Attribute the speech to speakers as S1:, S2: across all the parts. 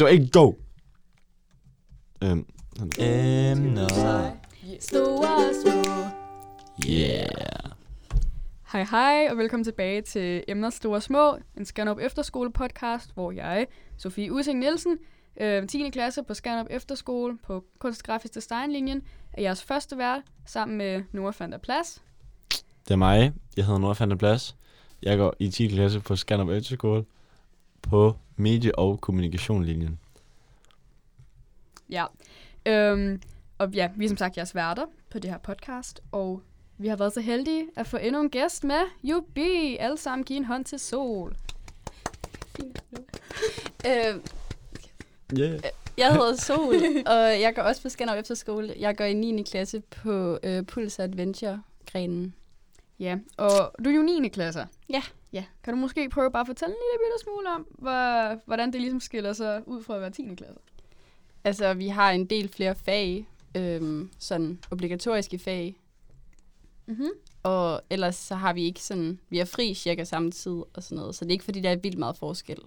S1: Det var ikke go. Øhm, han-
S2: Emner.
S3: Store og små.
S2: Yeah.
S3: Hej hej, og velkommen tilbage til Emner Store og Små, en Skanderup Efterskole podcast, hvor jeg, Sofie Using Nielsen, øh, 10. klasse på Skanderup Efterskole på kunstgrafisk designlinjen, er jeres første vært sammen med Nora van der Plads.
S1: Det er mig. Jeg hedder Nora Fanta Plads. Jeg går i 10. klasse på Skanderborg Efterskole på medie- og kommunikationlinjen.
S3: Ja. Øhm, og ja, vi er som sagt jeres værter på det her podcast, og vi har været så heldige at få endnu en gæst med. Jubi! Alle sammen giv en hånd til Sol.
S4: Øh,
S1: Yeah.
S4: jeg hedder Sol, og jeg går også på Skanderborg Efterskole. Jeg går i 9. klasse på øh, Puls Adventure-grenen.
S3: Ja, og du er jo 9. klasse.
S4: Ja.
S3: Ja, kan du måske prøve bare at fortælle en lille bitte smule om, hvor, hvordan det ligesom skiller sig ud fra at være 10. klasse?
S4: Altså, vi har en del flere fag, øh, sådan obligatoriske fag, Mhm.
S3: Mm-hmm.
S4: og ellers så har vi ikke sådan, vi er fri cirka samme tid og sådan noget, så det er ikke fordi, der er vildt meget forskel.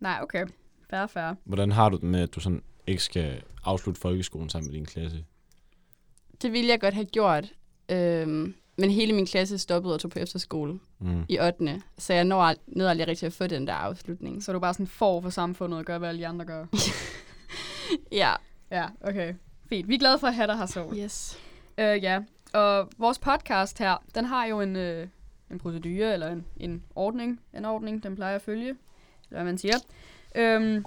S3: Nej, okay. Færre, færre.
S1: Hvordan har du det med, at du sådan ikke skal afslutte folkeskolen sammen med din klasse?
S4: Det ville jeg godt have gjort, øh, men hele min klasse stoppede og tog på efterskole
S1: Mm.
S4: i 8. Så jeg når ald- nåede aldrig rigtig at få den der afslutning.
S3: Så er du bare sådan for for samfundet og gør, hvad alle de andre gør.
S4: Ja.
S3: ja, okay. Fint. Vi er glade for at have dig her, Sol.
S4: Yes.
S3: Øh, ja, og vores podcast her, den har jo en, øh, en procedure, eller en, en ordning, en ordning, den plejer at følge, eller hvad man siger. Øhm,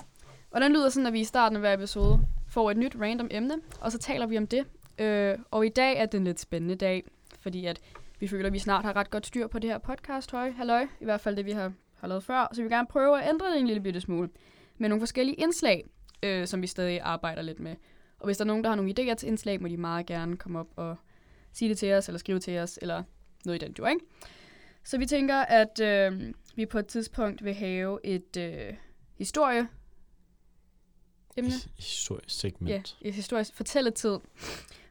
S3: og den lyder sådan, at vi i starten af hver episode får et nyt random emne, og så taler vi om det. Øh, og i dag er det en lidt spændende dag, fordi at vi føler, at vi snart har ret godt styr på det her podcast, høj, halløj, i hvert fald det, vi har, har lavet før, så vi vil gerne prøve at ændre det en lille bitte smule med nogle forskellige indslag, øh, som vi stadig arbejder lidt med. Og hvis der er nogen, der har nogle idéer til indslag, må de meget gerne komme op og sige det til os, eller skrive til os, eller noget i den dur, ikke? Så vi tænker, at øh, vi på et tidspunkt vil have et øh, historie emne.
S1: Historisk segment.
S3: Ja, et historisk fortælletid,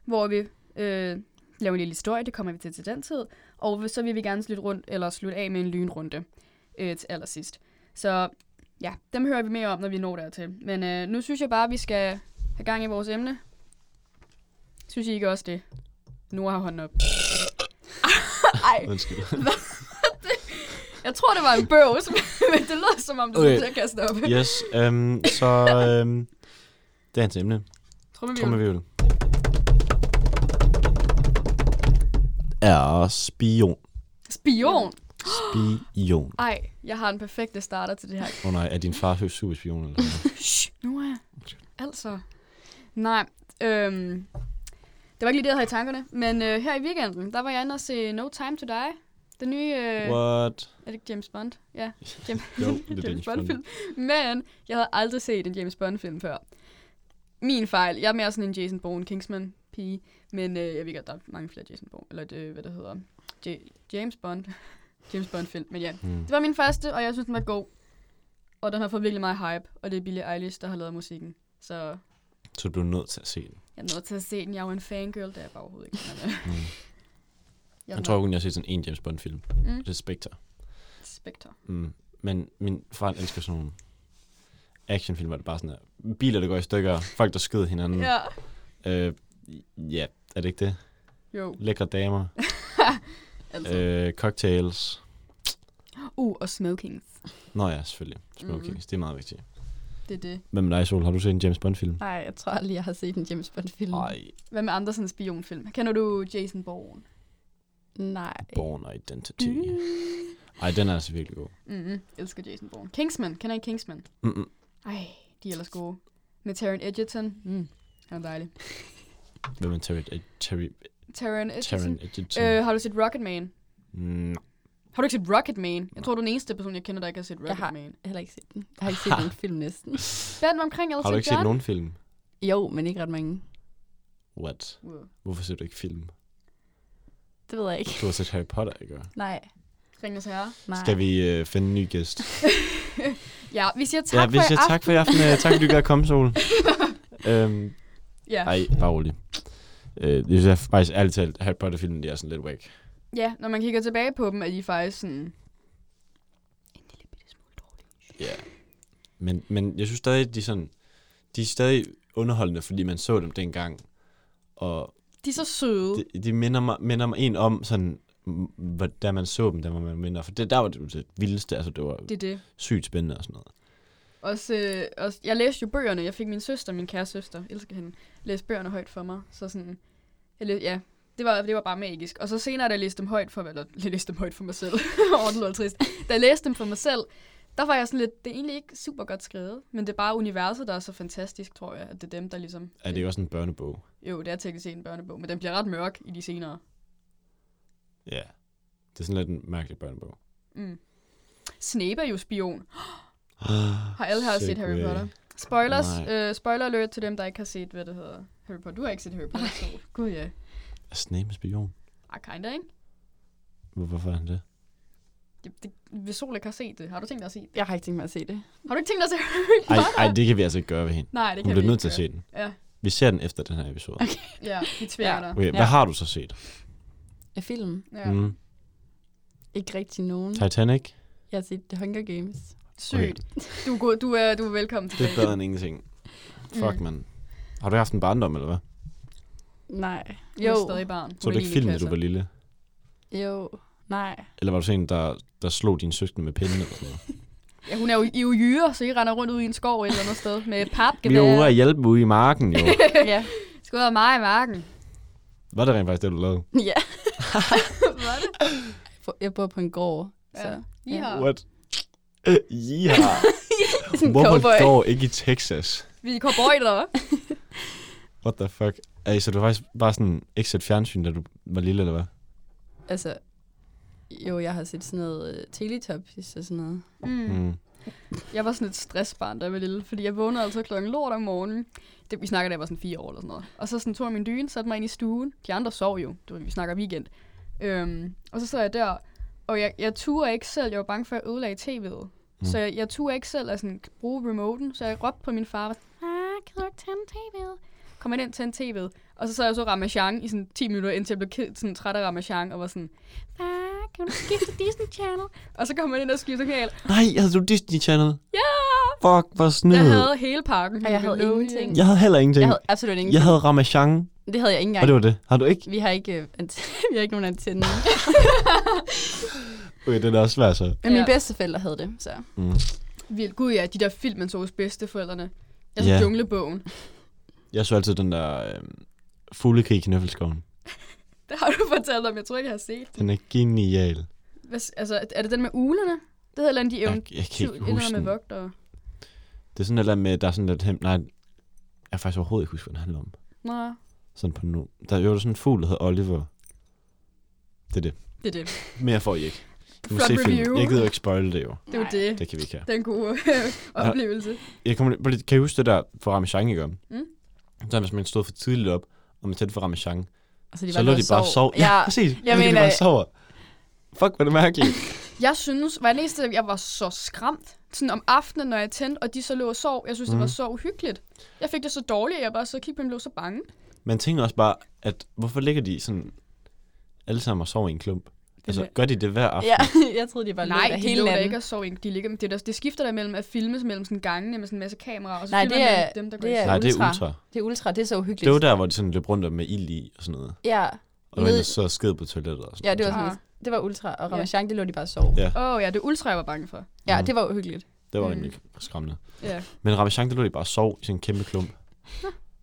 S3: hvor vi øh, laver en lille historie, det kommer vi til til den tid, og vi- så vil vi gerne slutte, rundt, eller slutte af med en lynrunde øh, til allersidst. Så ja, dem hører vi mere om, når vi når dertil. Men øh, nu synes jeg bare, at vi skal have gang i vores emne. Synes I ikke også det? Nu har hånden op. Ej,
S1: Undskyld.
S3: jeg tror, det var en bøvs, men det lød som om, det okay.
S1: Okay.
S3: skulle til at kaste op.
S1: yes, øhm, så øhm, dagens emne.
S3: Trummevirvel.
S1: Trummevivel. Er spion.
S3: Spion!
S1: Spion.
S3: Ej, jeg har den perfekte starter til det her.
S1: Åh oh, nej, er din far højst superspion eller hvad?
S3: Shh, nu er jeg. Altså. Nej, øhm, det var ikke lige det, jeg havde i tankerne. Men øh, her i weekenden, der var jeg inde og se No Time To Die. Den nye, øh,
S1: What?
S3: er det ikke James Bond? Ja,
S1: Jo,
S3: James,
S1: det er James Bond.
S3: Bond-film. Men jeg havde aldrig set en James Bond-film før. Min fejl. Jeg er mere sådan en Jason Bourne Kingsman pige. Men øh, jeg ved godt, der er mange flere Jason Bourne. Eller det, hvad det hedder. J- James Bond. James Bond-film. Men ja,
S1: Hmm.
S3: det var min første, og jeg synes, den var god. Og den har fået virkelig meget hype, og det er Billie Eilish, der har lavet musikken. Så
S1: Så du blev nødt til at se den.
S3: jeg er nødt til at se den. Jeg er jo en fangirl, der er jeg bare overhovedet ikke. Men, øh,
S1: Mm.
S3: jeg
S1: Jeg tror kun, jeg har set sådan en James Bond-film.
S3: Mm.
S1: Og det er Spectre.
S3: Spectre.
S1: Mm. Men min far han elsker sådan nogle actionfilm, hvor det bare sådan er biler, der går i stykker, folk, der skyder hinanden.
S3: Ja.
S1: Øh, ja, er det ikke det?
S3: Jo.
S1: Lækre damer,
S3: Altså. Øh.
S1: øh, cocktails. Øh.
S3: Uh, og smoking.
S1: Nå ja, selvfølgelig. Smokings,
S3: Mhm.
S1: det er meget vigtigt.
S3: Mm, Det er det.
S1: Hvad med dig, Sol? Har du set en James Bond-film?
S4: Nej, jeg tror aldrig, jeg har set en James Bond-film.
S1: Nej.
S3: Hvad med andre sådan spionfilm? Kender du Jason Bourne?
S4: Nej.
S1: Born Identity.
S3: Mhm.
S1: Ej, den er altså virkelig god.
S3: Mm-hmm. Elsker Jason Bourne. Kingsman. Kender I Kingsman?
S1: Mm-mm.
S3: Ej, de er ellers gode. Med Taron Egerton. Mm. Han er dejlig.
S1: Hvem er Terry, eh, Terry, Taron
S3: Taron Egerton.
S1: Egerton?
S3: Øh, har du set Rocketman?
S1: Mm,
S3: Har du ikke set Rocketman? Jeg tror, du er den eneste person, jeg kender, der ikke har set
S4: Jeg har.
S3: Rocketman.
S4: Jeg har heller ikke set den. Jeg har ikke set den film næsten.
S3: Hvad er den omkring? Elton
S1: Har du ikke set
S3: John?
S1: nogen film?
S4: Jo, men ikke ret mange.
S1: What?
S3: Wow.
S1: Hvorfor ser du ikke film?
S4: Det ved jeg ikke.
S1: Du har set Harry Potter, ikke?
S4: Nej.
S3: Ringens Herre.
S4: Nej.
S1: Skal vi øh, finde en ny gæst?
S3: Ja, vi siger tak
S1: ja,
S3: for
S1: vi
S3: i
S1: siger tak for i aften. Øh, tak fordi du gad komme, Sol. øhm,
S3: aften. Ja.
S1: ej, bare rolig. Øh, det synes jeg faktisk ærligt talt, Harry Potter-filmen, de er sådan lidt whack.
S3: ja, når man kigger tilbage på dem, er de faktisk sådan... En lille bitte smule dårlige.
S1: Ja. Men, men jeg synes stadig, de er sådan, de er stadig underholdende, fordi man så dem dengang. Og
S3: De er så søde. Det,
S1: de, de minder, mig, minder mig en om, sådan, m- hvordan man så dem, da man var mindre. For det, der var det, jo det vildeste, altså det var
S3: det er det.
S1: sygt spændende og sådan noget.
S3: Også, øh, også, jeg læste jo bøgerne. Jeg fik min søster, min kære søster, elsker hende, læste bøgerne højt for mig. Så sådan, jeg læste, ja, det var, det var bare magisk. Og så senere, da jeg læste dem højt for, eller jeg læste dem højt for mig selv, Åh, det lyder trist. Da jeg læste dem for mig selv, der var jeg sådan lidt, det er egentlig ikke super godt skrevet, men det er bare universet, der er så fantastisk, tror jeg, at det er dem, der ligesom...
S1: Er det jo også en børnebog?
S3: Jo, det er teknisk set en børnebog, men den bliver ret mørk i de senere.
S1: Ja. Det er sådan lidt en mærkelig børnebog.
S3: Mm. Snape er jo spion. Har alle her set Harry
S1: Segway.
S3: Potter? Spoilers,
S1: Nej.
S3: øh, spoiler alert til dem, der ikke har set, hvad det hedder. Harry Potter. Du har ikke set Harry Potter, så gud ja.
S1: Er Snape en spion?
S3: Ah, kinda, ikke?
S1: Hvor- Hvorfor er han det?
S3: Det, det, hvis Sol ikke har set det, har du tænkt dig at se det?
S4: Jeg har ikke tænkt mig at se det.
S3: Har du ikke tænkt dig at se Harry
S1: Ej,
S3: Potter?
S1: ej, det kan vi altså ikke gøre ved hende.
S3: Nej, det
S1: Hun
S3: kan
S1: bliver
S3: vi
S1: nødt til
S3: ikke
S1: at se den.
S3: gøre. Ja,
S1: Vi ser den efter den her episode. Okay,
S3: ja, vi tvinger
S4: Ja.
S3: dig.
S1: okay hvad har du så set?
S4: Af film?
S3: Ja.
S1: Mm.
S4: Ikke rigtig nogen.
S1: Titanic?
S4: Jeg har set The Hunger Games.
S3: Sygt. Du er, god, du er, du er velkommen
S1: Det
S3: tilbage.
S1: er bedre end ingenting. Fuck,
S3: Mm.
S1: mm. mand. Har du haft en barndom, eller hvad?
S4: Nej.
S3: Hun er
S4: Jo.
S3: stadig barn.
S1: Så du ikke film, da du var lille?
S4: Jo. Nej.
S1: Eller var du sådan en, der, der slog dine søskende med pinden eller sådan noget?
S3: Ja, hun er jo i uhyre, så I render rundt ud i en skov et eller andet sted med et
S1: Vi var ude
S3: papgevær.
S1: at hjælpe ude i marken, jo.
S4: ja.
S3: Skal ud og meget i marken.
S1: Var det rent faktisk det, du lavede?
S4: Ja.
S3: Var det?
S4: Jeg bor på en gård. Så.
S3: Ja. I
S4: Ja.
S3: har.
S1: What? Ja. Hvorfor går ikke i Texas?
S3: Vi er cowboyder, hva'?
S1: What the fuck? Ej, så du har faktisk bare sådan ikke set fjernsyn, da du var lille, eller hvad?
S4: Altså, jo, jeg har set sådan noget uh, Teletubbies og sådan noget.
S3: Mm.
S1: Mm.
S3: Jeg var sådan et stressbarn, da jeg var lille, fordi jeg vågnede altid klokken lort om morgenen. Det, vi snakker, da jeg var sådan fire år eller sådan noget. Og så sådan tog jeg min dyne, satte mig ind i stuen. De andre sov jo, du ved, vi snakker weekend. Øhm, og så sad jeg der, og jeg, jeg turde ikke selv, jeg var bange for, at jeg ødelagde tv'et. Mm. Så jeg, jeg turde ikke selv at sådan, bruge remoten, så jeg råbte på min far, ah, kan du ikke tænde tv'et? Kom ind til en tv'et. Og så sad jeg så Ramachan i sådan 10 minutter, indtil jeg blev ked, sådan, træt af Ramachan, og var sådan, far, kan du skifte Disney Channel? og så kom jeg ind og skiftede kanal.
S1: Nej, havde du Disney Channel?
S3: Ja!
S1: Fuck, hvor snyd.
S3: Jeg havde hele pakken.
S4: Og jeg havde
S3: Nickelodeon.
S4: ingenting.
S1: jeg havde heller ingenting.
S4: Jeg havde absolut ingen.
S1: Jeg havde Ramachan,
S4: Det havde jeg ikke engang.
S1: og det var det. Har du ikke?
S4: Vi har ikke, uh, ant- vi har ikke nogen antenne.
S1: Okay, det er også svært så.
S4: Men mine
S3: Ja.
S4: bedsteforældre havde det, så.
S1: Mm.
S3: Vildt. Gud ja, de der film, man så hos bedsteforældrene. Jeg så
S1: Ja.
S3: Junglebogen.
S1: Jeg så altid den der øh, fuglekrig i Knøffelskoven.
S3: Det har du fortalt om. Jeg tror ikke, jeg har set.
S1: Den er genial.
S3: Hvad, s- altså, er det den med ulerne? Det hedder et eller andet, de
S1: Jeg,
S3: evne.
S1: jeg kan ikke huske
S3: Eller med
S1: den.
S3: vogtere.
S1: Det er sådan et eller andet med, der er sådan lidt hem... Nej, jeg kan faktisk overhovedet ikke huske, hvad den handler om.
S3: Nå,
S1: Sådan på nu. Der er jo sådan en fugl, der hedder Oliver. Det er det.
S3: det er det.
S1: Mere får I ikke. I må
S3: Flot
S1: se
S3: review.
S1: filmen. Jeg gider jo ikke spoil det jo.
S3: Det er jo det.
S1: Det kan vi ikke have.
S3: Den gode oplevelse.
S1: jeg kommer, lige- prøv lige- kan I huske det der for Ramachan, ikke?
S3: Mm.
S1: Mm. Så hvis man stod for tidligt op, og man tændte for Ramachan,
S4: Altså, de
S1: så lå de bare og sov.
S4: Ja,
S1: præcis.
S4: jeg
S1: Jeg mener, de
S4: mener-
S1: bare og sover. Fuck, hvor er det mærkeligt.
S3: Jeg synes, var det eneste, jeg var så skræmt. Sådan om aftenen, når jeg tændte, og de så lå og sov. Jeg synes, mm. det
S1: Mhm.
S3: var så uhyggeligt. Jeg fik det så dårligt, at jeg bare så kiggede på dem og blev så bange.
S1: Man tænker også bare, at hvorfor ligger de sådan alle sammen og sover i en klump? Altså,
S3: er-
S1: gør de det hver aften?
S4: ja, jeg troede, de bare
S3: Nej,
S4: lå der
S3: de
S4: hele
S3: lå der
S4: natten.
S3: ikke og sov. i- De ligger, det, er der, det skifter der mellem at filmes mellem sådan gangene med sådan en masse kameraer, og så
S4: Nej,
S3: filmer
S4: det
S3: man
S4: er-
S3: dem, der går
S4: det
S3: i
S4: er-
S1: Nej, det er
S4: ultra.
S1: ultra.
S4: Det er ultra, det er så uhyggeligt.
S1: Det var der, hvor de sådan løb rundt om med ild i og sådan noget.
S4: Ja,
S1: Og
S4: Nede-
S1: Ned... så sked på toilettet og sådan
S4: ja det var
S1: noget.
S4: sådan
S3: Ah.
S4: noget. Det var ultra, og
S3: Ja.
S4: Ramachan, det lå de bare og sov.
S1: Ja.
S3: Åh oh, ja, det er ultra, jeg var bange for.
S4: Ja,
S1: Mhm.
S4: det var uhyggeligt.
S1: Det var
S3: Mm.
S1: egentlig skræmmende.
S3: Ja.
S1: Men Ramachan, der lå de bare og sov i sådan en kæmpe klump.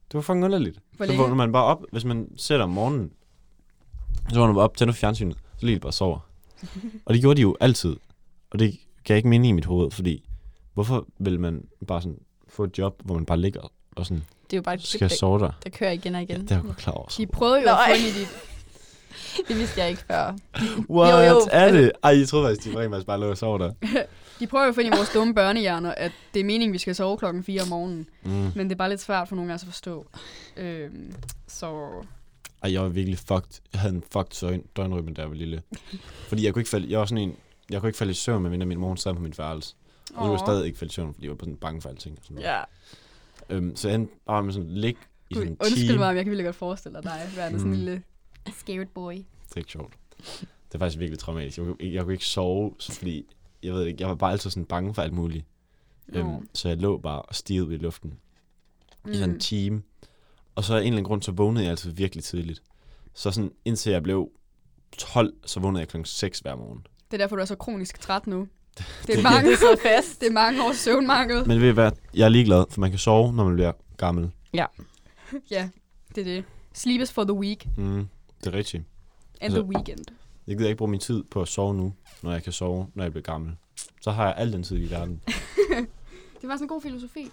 S1: Det var fucking underligt.
S3: Hvor
S1: så
S3: længe?
S1: vågner man bare op, hvis man ser det om morgenen. Så vågner man op, tænder fjernsynet, så ligger de bare og sover. og det gjorde de jo altid. Og det gav ikke mening i mit hoved, fordi hvorfor vil man bare sådan få et job, hvor man bare ligger og sådan,
S4: Det er jo bare et klip,
S1: skal jeg
S4: der,
S1: sove der?
S4: der kører igen og
S1: Ja,
S4: igen.
S1: det er jeg jo godt klar over.
S3: De prøvede jo
S4: Nå,
S3: at
S4: ej.
S3: få ind i dit...
S4: Det vidste jeg ikke før.
S1: What
S4: Jo, jo.
S1: er det? Ej, jeg troede faktisk, de rent faktisk bare lå og sov der.
S3: De prøver jo at få ind i vores dumme børnehjerner, at det er meningen, vi skal sove klokken 4 om morgenen.
S1: Mm.
S3: Men det er bare lidt svært for nogle af os at forstå. Øhm, så...
S1: Ej, jeg var virkelig fucked. Jeg havde en fucked søgn, døgnrytme, da jeg var lille. Fordi jeg kunne ikke falde, jeg var sådan en, jeg kunne ikke falde i søvn, medmindre min mor hun sad på mit værelse. Og så kunne jeg
S3: Åh.
S1: stadig ikke falde i søvn, fordi jeg var sådan bange for alting. Og sådan noget.
S4: Ja.
S1: Øhm, så jeg endte bare med sådan lig i
S3: Gud,
S1: sådan en
S3: undskyld
S1: time.
S3: mig, men jeg kan virkelig godt forestille dig, værende sådan en
S1: Mm.
S3: lille... Scared boy.
S1: Det er ikke sjovt. Det er faktisk virkelig traumatisk. Jeg kunne, ikke- jeg kunne ikke sove, så fordi jeg ved ikke, jeg var bare altid sådan bange for alt muligt.
S3: Nå.
S1: Øhm, så jeg lå bare og stirrede ud i luften
S3: Mm.
S1: i sådan en time. Og så af en eller anden grund, så vågnede jeg altid virkelig tidligt. Så sådan, indtil jeg blev 12, så vågnede jeg klokken 6 hver morgen.
S3: Det er derfor, du er så kronisk træt nu. Det
S1: det-
S3: er mange,
S4: så fast.
S3: det er mange års søvnmangel.
S1: Men ved I hvad, jeg er ligeglad, for man kan sove, når man bliver gammel.
S3: Ja, det er det. Sleep is for the week
S1: Mm, det er rigtigt.
S3: and
S1: Altså-
S3: the weekend.
S1: Jeg gider ikke bruge min tid på at sove nu, når jeg kan sove, når jeg bliver gammel. Så har jeg al den tid i verden.
S3: Det var sådan en god filosofi.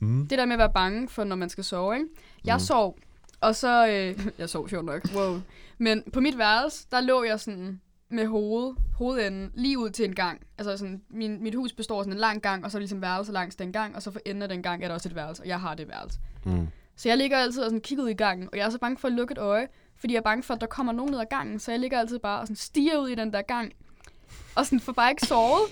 S1: Mm.
S3: Det der med at være bange for, når man skal sove, ikke? Jeg
S1: Mm.
S3: sov, og så... Øh, jeg sov sjovt nok, wow. Men på mit værelse, der lå jeg sådan med hovedet, hovedenden lige ud til en gang. Altså sådan, min, mit hus består af sådan en lang gang, og så er der ligesom værelser langs den gang, og så for enden af den gang er der også et værelse, og jeg har det værelse.
S1: Mm.
S3: Så jeg ligger altid og sådan kigger ud i gangen, og jeg er så bange for at lukke et øje, fordi jeg er bange for, at der kommer nogen ud af gangen, så jeg ligger altid bare og sådan stiger ud i den der gang, og sådan får bare ikke sovet.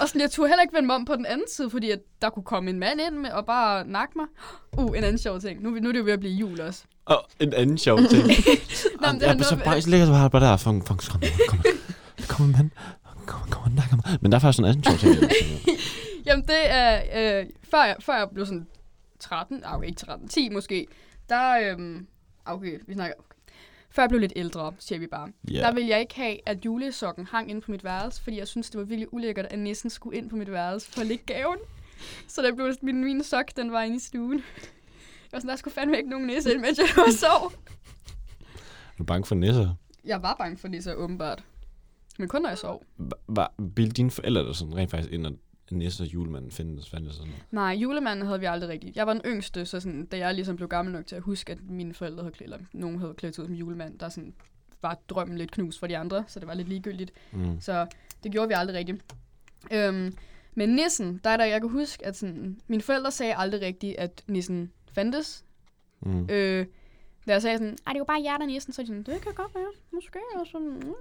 S3: Og sådan, jeg turde heller ikke vende mig om på den anden side, fordi at der kunne komme en mand ind med og bare nakke mig. Uh, en anden sjov ting. Nu, er vi- nu er det jo ved at blive jul også.
S1: Og en anden sjov ting.
S3: Nå, men det
S1: jeg
S3: er
S1: er så
S3: noget-
S1: bare, jeg ligger så bare, bare der, fuck, fuck, kom, kom, kom, mand. Kom, kom, nakker mig. Men der er faktisk en anden sjov ting. jeg vil sige.
S3: Jamen det er, øh, før, jeg, før jeg blev sådan 13, ah, okay, ikke 13, 10 måske, der, øhm, ah, okay, vi snakker, okay. Før jeg blev lidt ældre, siger vi bare,
S1: Ja.
S3: der ville jeg ikke have, at julesokken hang inde på mit værelse, fordi jeg synes det var virkelig ulækkert, at næsten skulle ind på mit værelse for at lægge gaven. Så der blev min, min sok, den var inde i stuen. Jeg var sådan, der skulle fandme ikke nogen næse ind, mens jeg lå og sov.
S1: Du er bange for nisser.
S3: Jeg var bange for det så åbenbart. Men kun når jeg sov.
S1: Var, bildte dine forældre der sådan rent faktisk ind, at næste og julemanden findes, fandtes sådan noget?
S3: Nej, julemanden havde vi aldrig rigtigt. Jeg var den yngste, så sådan, da jeg ligesom blev gammel nok til at huske, at mine forældre havde klædt, eller nogen havde klædt sig ud som julemand, der sådan var drømmen lidt knust for de andre, så det var lidt ligegyldigt.
S1: Mm.
S3: Så det gjorde vi aldrig rigtigt. Øhm, men nissen, der er der, jeg kan huske, at sådan, mine forældre sagde aldrig rigtigt, at nissen fandtes.
S1: Mm.
S3: Øh, da jeg sagde sådan, at det var bare jer, der er nissen, så er de sådan, det kan godt være, måske. Og sådan, mm.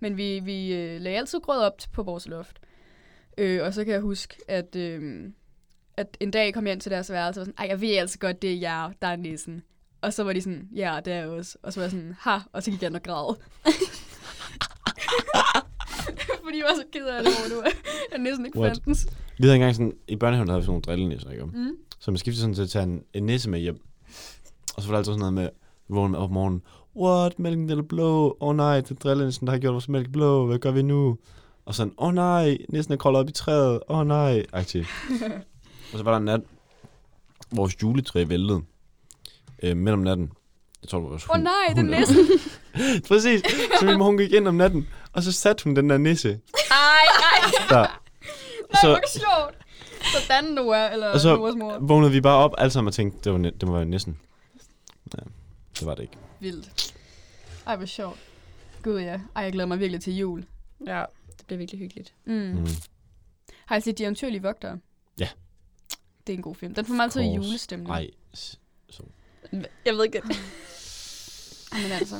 S3: Men vi, vi øh, lagde altid grød op på vores loft. Øh, og så kan jeg huske, at, øh, at en dag kom jeg ind til deres værelse og var sådan, ej, jeg ved altså godt, det er jer, der er nissen. Og så var de sådan, ja, det er jeg også. Og så var jeg sådan, ha, og så gik jeg ind og græd. Fordi jeg var så ked af det, hvor du er næsten ikke
S1: What?
S3: fandtes.
S1: Vi havde engang sådan, i børnehaven havde vi sådan nogle drillenisser, ikke?
S3: Mm.
S1: Så man skiftede sådan til at tage en, en nisse med hjem. Og så var der altid sådan noget med, vågne op om morgenen. What, mælken den er blå. Åh oh, nej, det er drillenissen, der har gjort vores mælk blå. Hvad gør vi nu? Og sådan, åh oh, nej, nissen er kravlet op i træet. Åh oh, nej, aktiv. og så var der en nat, vores juletræ væltede. Øh, midt om natten. Jeg tror, det var vores
S3: Åh oh,
S1: hund-
S3: nej, det
S1: hund
S3: er
S1: eller-
S3: næsten.
S1: Præcis. Så min mor, hun gik ind om natten, og så satte hun den der nisse
S3: Ej, nej,
S1: der.
S3: nej,
S1: Så
S3: hvor sjovt. Sådan Noah, eller
S1: Og så-
S3: Noahs mor.
S1: vågnede vi bare op alle sammen og tænkte, det var, næ- det var næsten. Ja, det var det ikke.
S3: Vildt. Ej, hvor sjovt. Gud ja. Ej, jeg glæder mig virkelig til jul.
S4: Ja, det bliver virkelig hyggeligt.
S3: Mm.
S1: Mm.
S3: Mm. Har I set De Eventyrlige Vogtere?
S1: Ja.
S3: Det er en god film. Den får mig altid i
S1: course.
S3: julestemning.
S1: Ej,
S4: Jeg ved ikke.
S3: Ej, Men altså.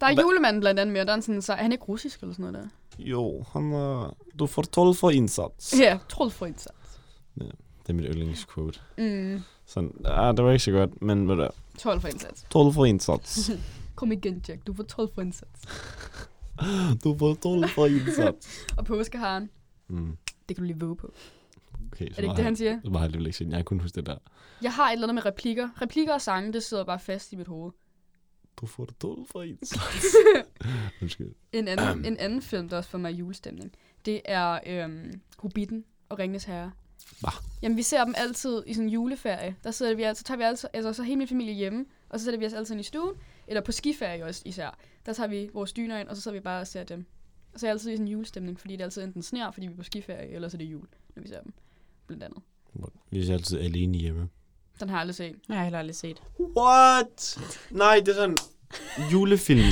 S3: Der er
S1: Hva-
S3: julemanden blandt andet med, og der er en sådan, så er han ikke russisk eller sådan noget der?
S1: jo, han er... Du får 12 for indsats.
S3: Ja, trold for indsats.
S1: Det er mit yndlingsquote.
S3: Mm,
S1: Sådan, ah, det var ikke så godt, men hvad der?
S3: 12 for indsats.
S1: 12 for indsats.
S3: Kom igen, Jack. Du får 12 for indsats.
S1: Du får 12 for indsats.
S3: Og påskeharen,
S1: Mm.
S3: det kan du lige våge på.
S1: Okay,
S3: Er
S1: så
S3: det ikke det, han siger?
S1: Det var alligevel ikke sådan. Jeg kunne huske det der.
S3: Jeg har et eller andet med replikker. Replikker og sange, det sidder bare fast i mit hoved.
S1: Du får 12 for indsats. Undskyld.
S3: En anden, en anden film, der også får mig i julestemning, det er øhm, Hobbiten og Ringenes Herre.
S1: Hva?
S3: Jamen, vi ser dem altid i sådan en juleferie. Der sidder vi altid, tager vi altid, altså så er hele min familie hjemme, og så sætter vi os altid ind i stuen, eller på skiferie også især. Der tager vi vores dyner ind, og så sidder vi bare og ser dem. Og så er jeg altid i sådan en julestemning, fordi det er altid enten sner, fordi vi er på skiferie, eller så er det jul, når vi ser dem. Blandt andet.
S1: Vi er altid alene hjemme.
S3: Den har jeg aldrig set.
S4: Jeg har heller aldrig set.
S1: What? Nej, det er sådan julefilm.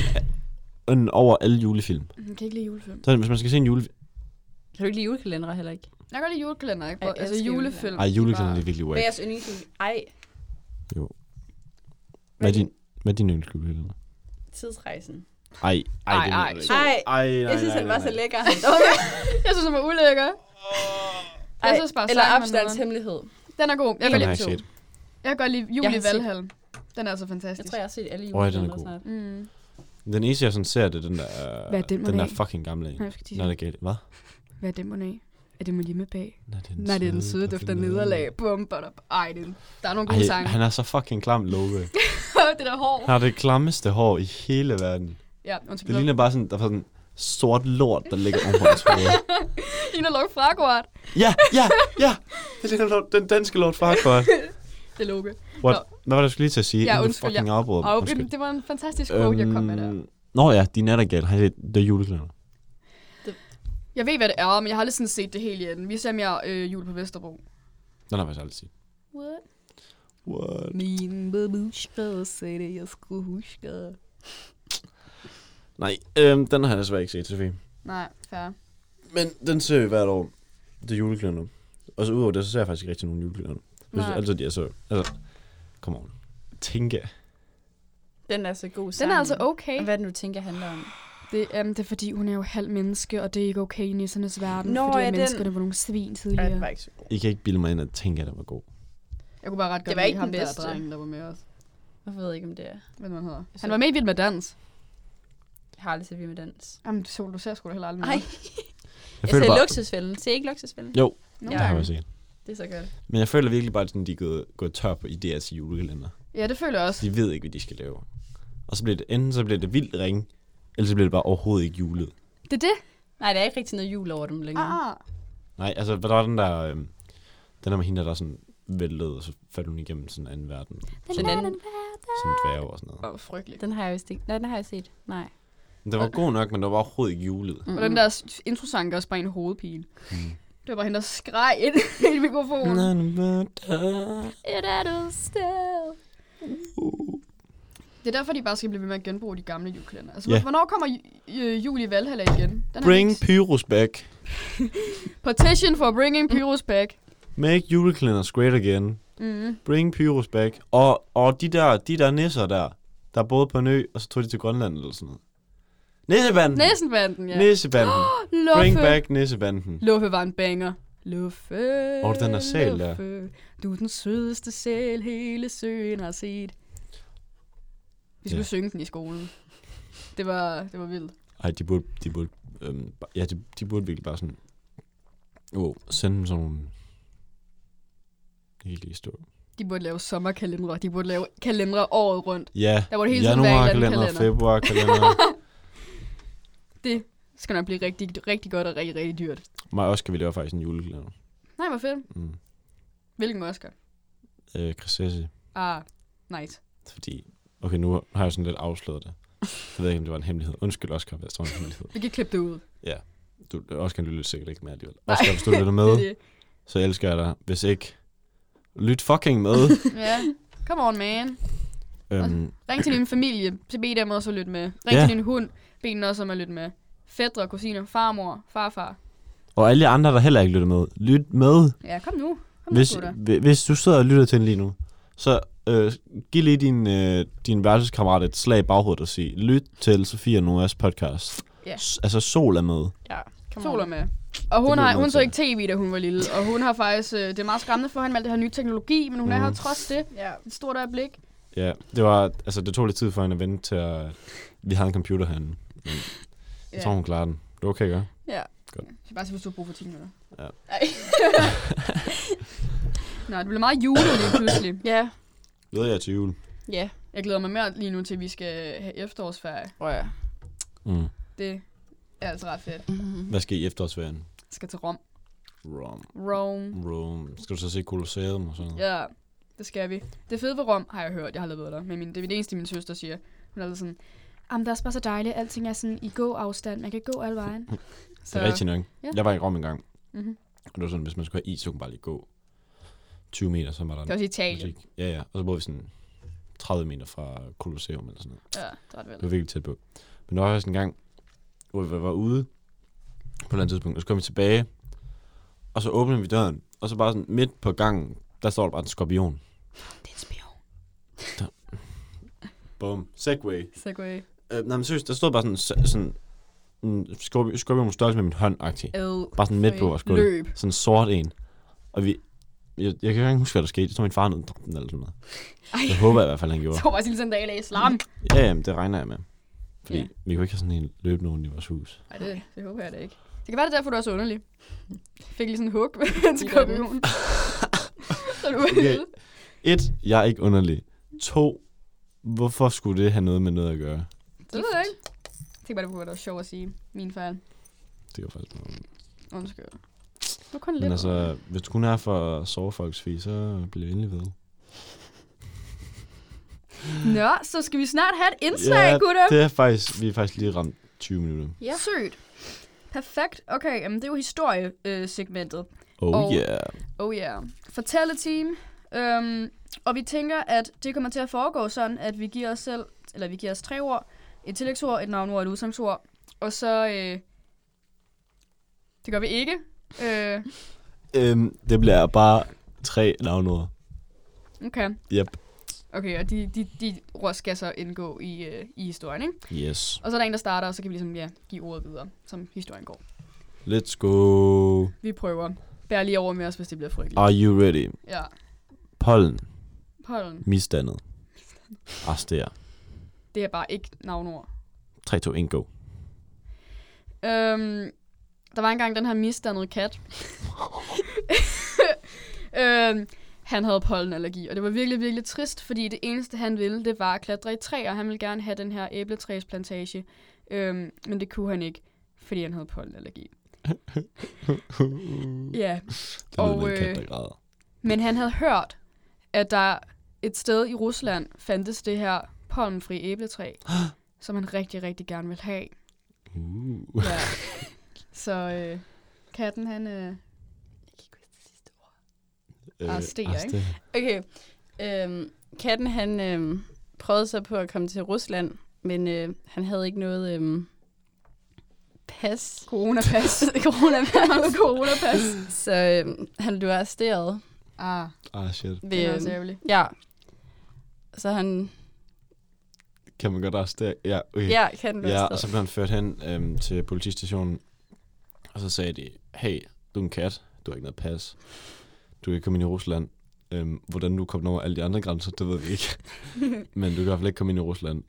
S1: En over alle julefilm.
S3: Jeg kan ikke lide julefilm.
S1: Sådan, hvis man skal se en julefilm...
S4: Kan du ikke lide julekalendere heller ikke?
S3: Jeg kan godt lide julekalender, ikke?
S4: Jeg
S3: Jeg altså
S4: elsker
S3: julefilm.
S1: Ej,
S3: de er
S1: julefilm
S3: bare-
S1: er virkelig wack.
S4: jeres yndlingsjule? Ej,
S1: Hvad er din, hvad er din yndlingsjulekalender?
S4: tidsrejsen.
S1: Ej, ej,
S3: Ej,
S1: det
S3: ej,
S1: mener ikke.
S3: så-
S4: Ej,
S1: ej, Ah, nej,
S4: jeg synes,
S1: nej,
S4: han
S1: nej,
S4: var
S1: nej.
S4: så lækker.
S3: Jeg synes, den var ulækker. Jeg synes bare,
S4: Eller
S3: sangen var
S4: Amsterdams
S3: nederen.
S4: hemmelighed.
S3: Den er god.
S1: Den
S3: Jeg kan, lide,
S1: har jeg set.
S3: jeg kan godt lide
S4: Jeg
S3: Jul
S4: har
S3: i
S4: set-
S3: Valhall. Den er altså fantastisk.
S4: Jeg tror, jeg har set alle
S1: den er
S4: julekalendere
S1: god.
S4: snart.
S3: Mm.
S1: Den eneste, jeg sådan ser, det er den der...
S3: Hvad er den, man
S1: den der
S3: er i?
S1: fucking gamle en.
S3: Nej, jeg skal tisse.
S1: Når det galt. Hvad?
S3: Hvad er det, man af? Er det med hjemme bag?
S1: Nej, det er
S3: Nej, det er den søde duft af nederlag. Bum, badum. Ej, det er, der er nogle gode
S1: Ej,
S3: sange.
S1: han er så fucking klam, Loke.
S3: det der hår.
S1: Han har det klammeste hår i hele verden.
S3: Ja,
S1: Det
S3: undskyld.
S1: ligner bare sådan, der er sådan sort lort, der ligger oven på hans hoved.
S3: Ligner Loke Fragård.
S1: Ja, ja, ja! Det ligner lort, den danske lort fra Akbar.
S3: Det er Loke.
S1: What?
S3: Nå.
S1: Hvad var det, jeg skulle lige til at sige?
S3: Ja,
S1: Inden du
S3: undskyld,
S1: fucking afbrød.
S3: Og
S1: Undskyld.
S3: det var en fantastisk quote, jeg kom med der.
S1: Øhm, Nå ja, din nattergal. Han er det er juleklæder.
S3: Jeg ved, hvad det er, men jeg har aldrig sådan set det hele i den. Vi ser mere øh, jul på Vesterbro.
S1: Den har jeg faktisk aldrig set.
S3: What?
S1: What?
S4: Min babushka sagde det, jeg skulle huske.
S1: Nej, øhm, den har jeg desværre ikke set, Sofie.
S3: Nej, fair.
S1: Men den ser vi hvert år. Det er juleklæder. Og så udover det, så ser jeg faktisk ikke rigtig nogen juleklæder. Jeg synes
S4: Nej.
S1: altid, de er så... Altså, come on. Tænke.
S4: Den er så god
S3: Den
S4: sang.
S3: er altså okay.
S4: Og hvad er det, du tænker handler om?
S3: Det, um, det er fordi, hun er jo halv menneske, og det er ikke okay i nissernes verden,
S4: Nå,
S3: fordi
S4: ja,
S3: at
S4: den-
S3: menneskerne var nogle svin
S4: Ej, den
S3: tidligere.
S4: var ikke så god.
S1: I kan ikke bilde mig ind, at tænke, at den var god.
S3: Jeg kunne bare ret
S4: Det
S3: godt
S4: var
S3: lide
S4: ikke
S3: ham
S4: den
S3: der
S4: bedste.
S3: drengen, der var med os.
S4: Hvorfor ved jeg ikke, om det er?
S3: Hvad man hedder.
S4: Så-
S3: Han var med i Vild med Dans.
S4: Jeg har aldrig set Vild med Dans.
S3: Jamen, Sol, du ser sgu da heller aldrig
S4: Ej,
S3: noget.
S4: jeg, jeg ser luksusfælden. Ser I ikke luksusfælden?
S1: Jo,
S3: Nogle
S1: det har jeg
S3: gange.
S1: også set.
S4: Det er så godt.
S1: Men jeg føler virkelig bare, at sådan, de er gået, gået tør på idéer til julekalender.
S3: Ja, det føler jeg også.
S1: De ved ikke, hvad de skal lave. Og så bliver det, enten så bliver det vildt ringe, eller så bliver det bare overhovedet ikke julet.
S3: Det er det.
S4: Nej, der er ikke rigtig noget jul over dem længere.
S3: Ah, ah.
S1: Nej, altså, hvad der var den der, øhm, den der med hende, der, der sådan væltede, og så faldt hun igennem sådan en anden verden.
S4: Den
S1: Sådan,
S4: anden,
S1: sådan en dværg og sådan noget.
S3: Åh, oh, frygteligt.
S4: den har jeg vist ikke. Nej, den har jeg set. Nej.
S1: Men Den var god nok, men den var overhovedet ikke julet.
S3: Og den der s- introsang gør også bare en hovedpine.
S1: Mm.
S3: Det var bare hende, der skreg ind i mikrofonen.
S4: Et er du still.
S3: Det er derfor, de bare skal blive ved med at genbruge de gamle julekalender. Altså,
S1: Ja.
S3: yeah. hvornår kommer ju- øh, jul i Valhalla igen? Den har
S1: Bring
S3: vi ikke-
S1: Pyrus back.
S3: Petition for bringing Pyrus back.
S1: Mm. Make juleklænders great again.
S3: Mm.
S1: Bring Pyrus back. Og, og de, der, de der nisser der, der boede på en ø, og så tog de til Grønland eller sådan noget. Nissebanden!
S3: Næsenbanden, ja.
S1: Nissebanden.
S3: Luffe.
S1: Bring back nissebanden.
S3: Luffe var en banger. Luffe,
S1: Åh, den er sæl, ja.
S3: Luffe, Du er den sødeste sæl, hele søen har set. Vi skulle
S1: Ja.
S3: synge den i skolen. Det var, det var vildt.
S1: Ej, de burde, de burde, øhm, ba- ja, de, de burde virkelig bare sådan, wow, sende dem sådan nogle, jeg kan ikke lige stå.
S3: De burde lave sommerkalendere. De burde lave kalendere året rundt.
S1: Ja,
S3: Der burde hele tiden være en
S1: januar
S3: eller anden
S1: kalender,
S3: kalender.
S1: februar kalender.
S3: Det skal nok blive rigtig, rigtig godt og rigtig, rigtig dyrt.
S1: Mig også kan vi lave faktisk en julekalender.
S3: Nej, hvor fedt.
S1: Mm.
S3: Hvilken Oscar?
S1: Øh, Christesse,
S3: Ah, nice.
S1: fordi, okay, nu har jeg sådan lidt afsløret det. Jeg ved ikke, om det var en hemmelighed. Undskyld, Oscar, hvis det var en hemmelighed.
S3: Vi kan klippe det ud.
S1: Du, Oscar lytter sikkert ikke med alligevel. Oscar, hvis du lytter med,
S3: Det er det.
S1: så elsker jeg dig. Hvis ikke, lyt fucking med.
S3: Ja. Come on, man.
S1: øhm,
S3: Ring til din familie, så bed dem også at lytte med. Ring
S1: Ja.
S3: til din hund, bed den også om at lytte med. Fædre, kusiner, farmor, farfar.
S1: og alle andre, der heller ikke lytter med, lyt med.
S3: Ja, kom nu. Kom
S1: Hvis,
S3: nu, gutter.
S1: hvi- hvis du sidder og lytter til den lige nu, så øh, giv lige din, øh, din værelseskammerat et slag i baghovedet og sig, lyt til Sofia Noas podcast.
S3: Ja.
S1: S- altså, Sol er med.
S4: Ja. Come
S3: Sol er
S4: on.
S3: med. Og
S1: Det
S3: hun,
S1: bliver
S3: har,
S1: vi
S3: hun
S1: nødt
S3: så
S1: til.
S3: ikke tv, da hun var lille. Og hun har faktisk... Øh, det er meget skræmmende for hende med al det her nye teknologi, men hun mm. er
S1: Mhm.
S3: her trods det.
S4: Ja.
S3: Et stort øjeblik.
S1: Ja, det var, altså, det tog lidt tid for hende at vente til, at vi havde en computer herinde. Men jeg
S3: Ja.
S1: tror, hun klarer den. Det er okay, ikke?
S4: Ja.
S3: Jeg skal bare se, hvis du har brug for 10 minutter.
S1: Ja.
S3: Ej. Nå, det bliver meget julet lige pludselig.
S4: Ja.
S1: Ved jeg til jul.
S4: Ja.
S3: Jeg glæder mig mere lige nu til, at vi skal have efterårsferie.
S4: Rør.
S1: Mm.
S3: Det er altså ret fedt.
S1: Hvad skal I i efterårsferien?
S3: Jeg skal til Rom.
S1: Rom.
S3: Rome.
S1: Rom. Skal du så se Colosseum og sådan noget?
S3: Ja, det skal vi. Det fede ved Rom har jeg hørt, jeg har aldrig været der, men min, det er det eneste, min søster siger. Hun er altid sådan, jamen det er også bare så dejligt, alting er sådan i god afstand, man kan gå alle vejen.
S1: Det er rigtigt nok.
S3: Ja.
S1: Jeg var i Rom engang,
S3: Mm-hmm.
S1: og det var sådan, hvis man skulle have is, så kunne man bare lige gå 20 meter, så var der en
S3: Det er også Italien.
S1: Musik. Ja, ja. Og så boede vi sådan 30 meter fra Colosseum eller sådan noget.
S3: Ja, det er ret
S1: Det
S3: vel.
S1: var virkelig tæt på. Men der var også en gang, hvor vi var ude på et eller andet tidspunkt, og så kom vi tilbage, og så åbnede vi døren, og så bare sådan midt på gangen, der står der bare en skorpion.
S3: Det er en spion.
S1: Bum. Segway.
S3: Så går jeg.
S1: Øh, nej, men seriøst, der stod bare sådan, se- sådan en skorpion, skorpion størrelse med min hånd -agtig.
S3: Ad.
S1: Bare sådan midt på vores skulder.
S3: Løb.
S1: Sådan en sort en. Og vi, jeg, jeg kan ikke engang huske, hvad der skete. Jeg tror, min far ned og dræbte den eller sådan noget. Det håber jeg i hvert fald, han gjorde.
S3: Så var jeg sådan en dag i islam.
S1: Ja, jamen, det regner jeg med. Fordi
S3: Ja.
S1: vi kunne ikke have sådan en løbende rundt i vores hus.
S3: Nej, det, det håber jeg da ikke. Det kan være, det er derfor, du er så underlig. Fik lige sådan en hug til
S4: Lidt af det.
S3: konklusionen. så du
S1: Okay. Et, jeg er ikke underlig. To, hvorfor skulle det have noget med noget at gøre?
S3: Det ved jeg ikke. Jeg tænkte bare, det kunne være det var sjovt at sige. Min fejl.
S1: Det var faktisk noget.
S3: Undskyld. Det var kun lidt.
S1: Men altså, hvis du kun er for at sove folks fie, så bliver endelig ved.
S3: Nå, så skal vi snart have et indslag,
S1: Ja,
S3: yeah, gutter.
S1: Det er faktisk, vi er faktisk lige ramt 20 minutter.
S4: Ja.
S3: Sygt. Perfekt. Okay, jamen, det er jo historiesegmentet.
S1: Oh
S3: Og-
S1: yeah.
S3: Oh yeah. Fortælle team. Øhm, og vi tænker, at det kommer til at foregå sådan, at vi giver os selv, eller vi giver os tre ord, et tillægsord, et navnord, et udsangsord. Og så, øh, det gør vi ikke. Øh,
S1: Øhm, det bliver bare tre navnord.
S3: okay.
S1: Yep.
S3: Okay, og de, de, de ord skal så indgå i, øh, i historien, ikke?
S1: Yes.
S3: Og så er der en, der starter, og så kan vi ligesom, ja, give ordet videre, som historien går.
S1: Let's go.
S3: Vi prøver. Bær lige over med os, hvis det bliver frygteligt.
S1: Are you ready?
S3: Ja.
S1: Pollen.
S3: Pollen.
S1: Misdannet. Arster.
S3: Det er bare ikke navnord.
S1: 3, 2, 1, go.
S3: Øhm, der var engang den her misdannede kat. øhm, han havde pollenallergi, og det var virkelig, virkelig trist, fordi det eneste, han ville, det var at klatre i træer. Han ville gerne have den her æbletræsplantage, øhm, men det kunne han ikke, fordi han havde pollenallergi. Ja,
S1: Det lyder
S3: Og,
S1: med en kat,
S3: øh,
S1: der græder.
S3: men han havde hørt, at der et sted i Rusland fandtes det her pollenfri æbletræ, som han rigtig, rigtig gerne ville have.
S1: Uh.
S3: Ja. Så øh, katten, han... Øh,
S1: Øh,
S3: Arster, ikke?
S1: Arster.
S4: Okay. Øhm, katten, han øhm, prøvede sig på at komme til Rusland, men øh, han havde ikke noget øhm, pas.
S3: coronapas.
S4: Coronapas.
S3: coronapas.
S4: Så øhm, han blev arresteret.
S3: Ah,
S1: Ah, shit.
S3: det er
S4: Ved,
S3: også
S4: øhm,
S3: ærgerligt.
S4: ja. Så han...
S1: Kan man godt arrestere? Ja, okay.
S4: Ja, katten blev
S1: Øh, Ja, og
S4: arresteret.
S1: så blev han ført hen øhm, til politistationen, og så sagde de, hey, du er en kat, du har ikke noget pas, du kan ikke komme ind i Rusland. Øhm, hvordan du kom over alle de andre grænser, det ved vi ikke. Men du kan i hvert fald ikke komme ind i Rusland.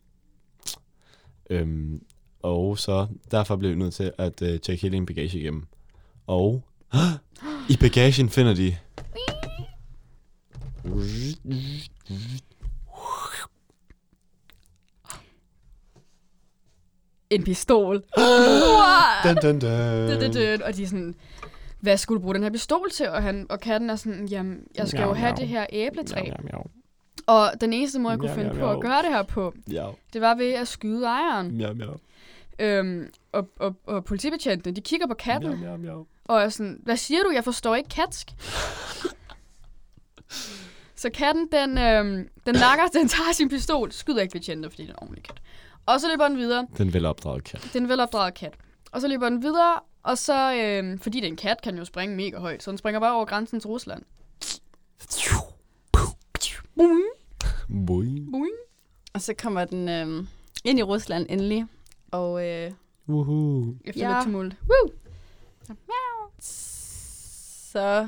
S1: Øhm, og så derfor blev vi nødt til at øh, tjekke hele din bagage igennem. Og i bagagen finder de...
S3: En pistol.
S1: Dun, dun, dun.
S3: Det, det, det. Og de er sådan, hvad skulle du bruge den her pistol til? Og, han, og katten er sådan, jamen, jeg skal jo
S1: Miau,
S3: have
S1: miau.
S3: det her æbletræ.
S1: Miau, miau, miau.
S3: Og den eneste måde, jeg kunne
S1: Miau,
S3: finde
S1: miau,
S3: på at
S1: miau.
S3: gøre det her på,
S1: Miau,
S3: det var ved at skyde ejeren.
S1: miau, miau.
S3: Øhm, og, og, og politibetjentene, de kigger på katten,
S1: Miau, miau, miau.
S3: Og er sådan, hvad siger du? Jeg forstår ikke katsk. så katten, den, øhm, den nakker, den tager sin pistol, skyder ikke betjenten, fordi den er en ordentlig kat. Og så løber den videre.
S1: Den velopdragede kat.
S3: Det er en velopdraget kat. Og så løber den videre, og så, øhm, fordi det er en kat, kan den jo springe mega højt, så den springer bare over grænsen til Rusland. Boing,
S1: Boing.
S3: boing.
S4: Og så kommer den øhm, ind i Rusland endelig. Og øh,
S1: Woohoo.
S3: Efter ja.
S4: Ja.
S3: lidt tumult. Woo!
S4: så...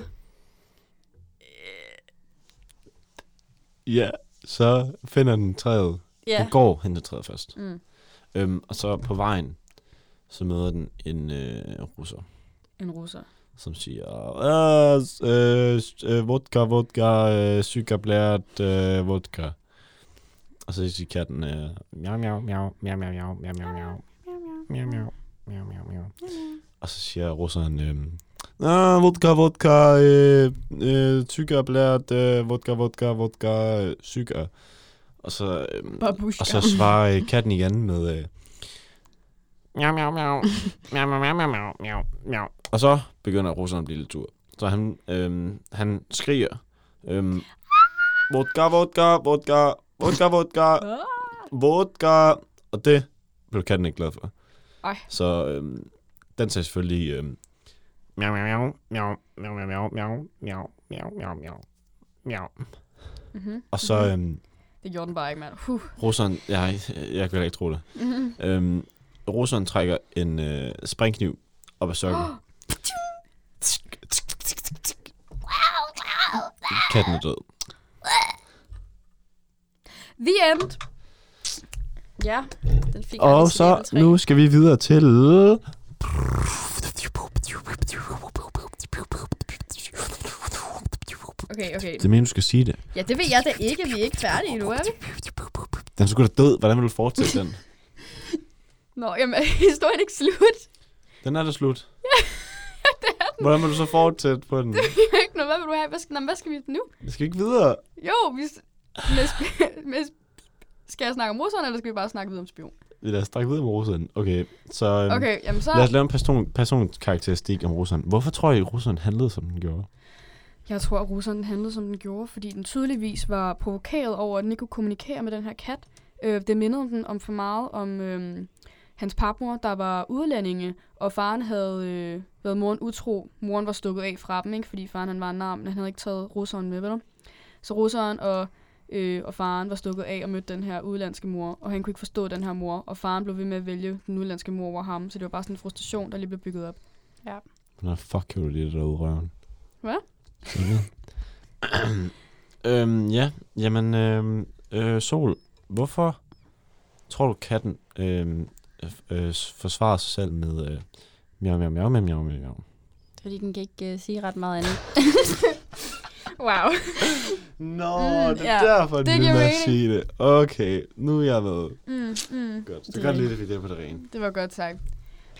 S1: Ja, så finder den træet. Ja.
S4: Ja,
S1: Den går hen til træet først.
S3: Mm.
S1: Øhm, og så på vejen, så møder den en øh, russer,
S3: En russer.
S1: som siger, "Ah, s- øh, s- øh, vodka, vodka, øh, sykablært, øh, vodka. Og så siger katten, øh, miau, miau, miau, miau, miau, miau, miau, miau, miau, miau, miau, miau, miau, miau. Og så siger russeren, øh, ah, vodka, vodka, øh, øh, sykablært, øh, vodka, vodka, vodka, øh, syka. Og så, øh,
S3: Babushka.
S1: og så svarer øh, katten igen med... Øh,
S2: Meow meow meow. Meow meow meow meow meow meow meow.
S1: og så begynder russeren at blive lidt tur. Så han, øh, han skriger... Øh, vodka, vodka, vodka, vodka, vodka,
S3: Ah.
S1: vodka. Og det blev katten ikke glad for.
S3: Ej.
S1: Så øh, den sagde selvfølgelig... Øh,
S2: Meow meow meow meow meow meow meow meow meow meow meow meow.
S3: Mm-hmm.
S1: og så... Øh,
S3: Det gjorde den bare ikke, mand. Huh.
S1: russeren... Jeg, jeg kan ikke tro det.
S3: Mm-hmm.
S1: Øh, russeren trækker en øh, springkniv op af sokken. Katten er død.
S3: The end.
S4: ja den fik
S1: Og
S4: aldrig sit
S1: så
S4: æbletræ.
S1: nu skal vi videre til...
S3: Okay, okay.
S1: Det mener, du skal sige det.
S3: Ja, det ved jeg da ikke. Vi er ikke færdige endnu, er vi?
S1: Den er sgu da død. Hvordan vil du fortsætte den?
S3: Nå, jamen, er historien ikke slut.
S1: Den er da slut. Hvordan vil du så fortsætte på den?
S3: Ikke noget, hvad vil du have? Hvad skal, nå, men hvad skal vi nu?
S1: Jeg skal ikke videre.
S3: Jo, vi... s- Med, sp- med, sp- skal jeg snakke om russerne, eller skal vi bare snakke videre om spion?
S1: Lad os snakke videre med russeren. Okay, så øhm,
S3: Okay, jamen så...
S1: lad os lave en person, personkarakteristik om russeren. Hvorfor tror I, at russeren handlede, som den gjorde?
S3: Jeg tror, at russerne handlede, som den gjorde, fordi den tydeligvis var provokeret over, at den ikke kunne kommunikere med den her kat. Øh, det mindede den om for meget om øh, hans papmor, der var udlændinge, og faren havde øh, været moren utro. Moren var stukket af fra dem, ikke? fordi faren han var en arm, men han havde ikke taget russeren med, vel? Så russeren og, øh, og faren var stukket af og mødte den her udlandske mor, og han kunne ikke forstå den her mor, og faren blev ved med at vælge den udlandske mor over ham, så det var bare sådan en frustration, der lige blev bygget op.
S1: Nå, fuck, kan du lige det derude, røven.
S3: Hvad?
S1: Okay. øhm, ja, jamen, øhm, øh, Sol, hvorfor tror du, katten øhm, øh, øh, forsvarer sig selv med øh, miau, miau, miau, miau, miau, miau?
S4: Det er fordi, den kan ikke uh, sige ret meget andet.
S3: Wow.
S1: Nå,
S3: Mm, det er ja.
S1: derfor,
S3: Det bliver giver med at mening.
S1: sige det. Okay, nu er jeg med.
S3: Mm, mm.
S1: Godt,
S4: Det er godt rigtigt.
S1: at vi er på det rene.
S3: Det var godt sagt.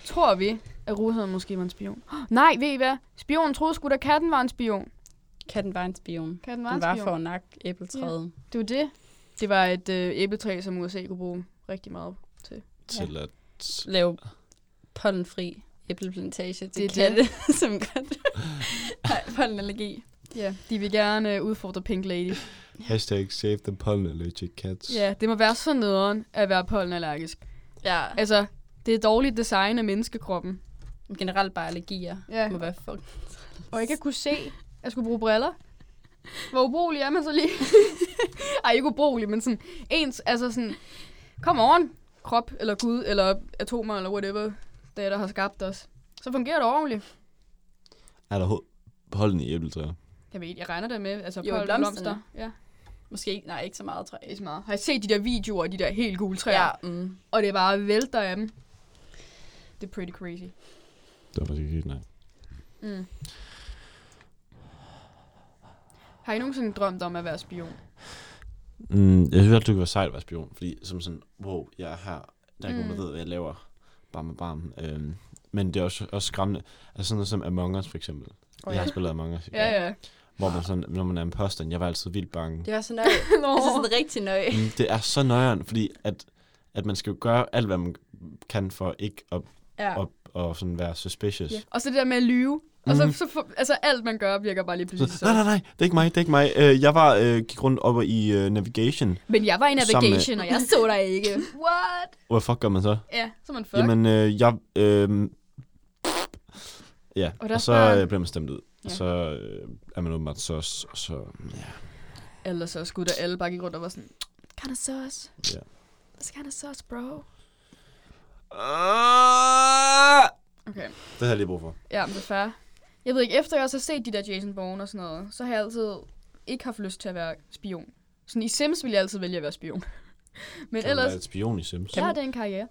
S3: Tror vi, at russeren måske var en spion? Oh, nej, ved I hvad? Spionen troede sgu da katten var en spion.
S4: Katten var en spion.
S3: Katten var
S4: Den
S3: en
S4: var
S3: spion.
S4: for at nakke æbletræet.
S3: Det var det. Det var et øh, æbletræ, som USA kunne bruge rigtig meget.
S1: Til at...
S4: Lave pollenfri æbleplantage til
S3: Det
S4: det
S3: er
S4: katte, det. som godt. Nej, pollenallergi.
S3: Ja, de vil gerne øh, udfordre Pink Lady.
S1: Hashtag save the pollen allergic cats.
S3: Ja, det må være så nederen at være pollenallergisk.
S4: Ja.
S3: Altså, det er dårligt design af menneskekroppen.
S4: Generelt bare allergier.
S3: Ja.
S4: Må være fuck.
S3: Og ikke at kunne se, at jeg skulle bruge briller. Hvor ubrugelig er man så lige? Ej, ikke ubrugelig, men sådan ens, altså sådan, kom on, krop, eller Gud, eller atomer, eller whatever, det er, der har skabt os. Så fungerer det ordentligt.
S1: Er der ho- pollen i æbletræer?
S3: Jeg ved, jeg regner det med, altså
S4: Jo,
S3: jo, blomster.
S4: blomsterne.
S3: blomster. Ja,
S4: Måske ikke, nej, ikke så meget træ.
S3: det er så meget. Har I set de der videoer af de der helt gule træer?
S4: Ja,
S3: Ja.
S4: mm.
S3: Og det er bare vælter af dem. Det er pretty crazy.
S1: Det var faktisk ikke nej.
S3: Mm. Har I nogensinde drømt om at være spion?
S1: Mm, jeg synes altid, det kunne være sejt at være spion, fordi som sådan, wow, jeg er her, der er ikke nogen,
S3: Mm.
S1: der ved, hvad jeg laver. Bam, bam, øhm, men det er også, også skræmmende. Altså sådan noget som Among Us, for eksempel. Oh, ja. Jeg har spillet Among Us,
S3: Ja, ja.
S1: hvor man sådan, når man er en påstand, jeg var altid vildt bange.
S4: Det var så nøje.
S3: Nå.
S4: altså sådan rigtig nøje.
S1: Mm, det er så nøjeren, fordi at, at man skal jo gøre alt, hvad man kan for ikke at
S4: Ja.
S1: og, og sådan være suspicious.
S3: Ja. Og så det der med at lyve. Og så,
S1: Mhm.
S3: så for, altså alt man gør, virker bare lige pludselig
S1: Så, nej,
S3: så.
S1: nej, nej, det er ikke mig, det er ikke mig. Øh, jeg var, øh, gik rundt op i øh, navigation.
S3: Men jeg var i
S1: Sammen med-
S3: navigation, og jeg så dig ikke. What?
S1: Hvad fuck gør man så?
S3: Ja, så er man fuck.
S1: Fuck. Jamen, øh, jeg... Øh, ja,
S3: Og
S1: og,
S3: der
S1: og så
S3: var-
S1: øh, bliver man stemt ud.
S3: Ja.
S1: Ja. Så øh, er man åbenbart så... så ja.
S3: Ellers så skulle der alle bare gik rundt og var sådan, kind of sus.
S1: Ja.
S3: That's kind of sus, bro. Okay,
S1: Det har jeg lige brug for.
S3: ja, men det er fair. Jeg ved ikke, efter jeg også har set de der Jason Bourne og sådan noget, så har jeg altid ikke haft lyst til at være spion. Sådan i Sims ville jeg altid vælge at være spion. Men
S1: Ellers... Man
S3: ellers,
S1: er et spion i Sims.
S3: der er det en karriere.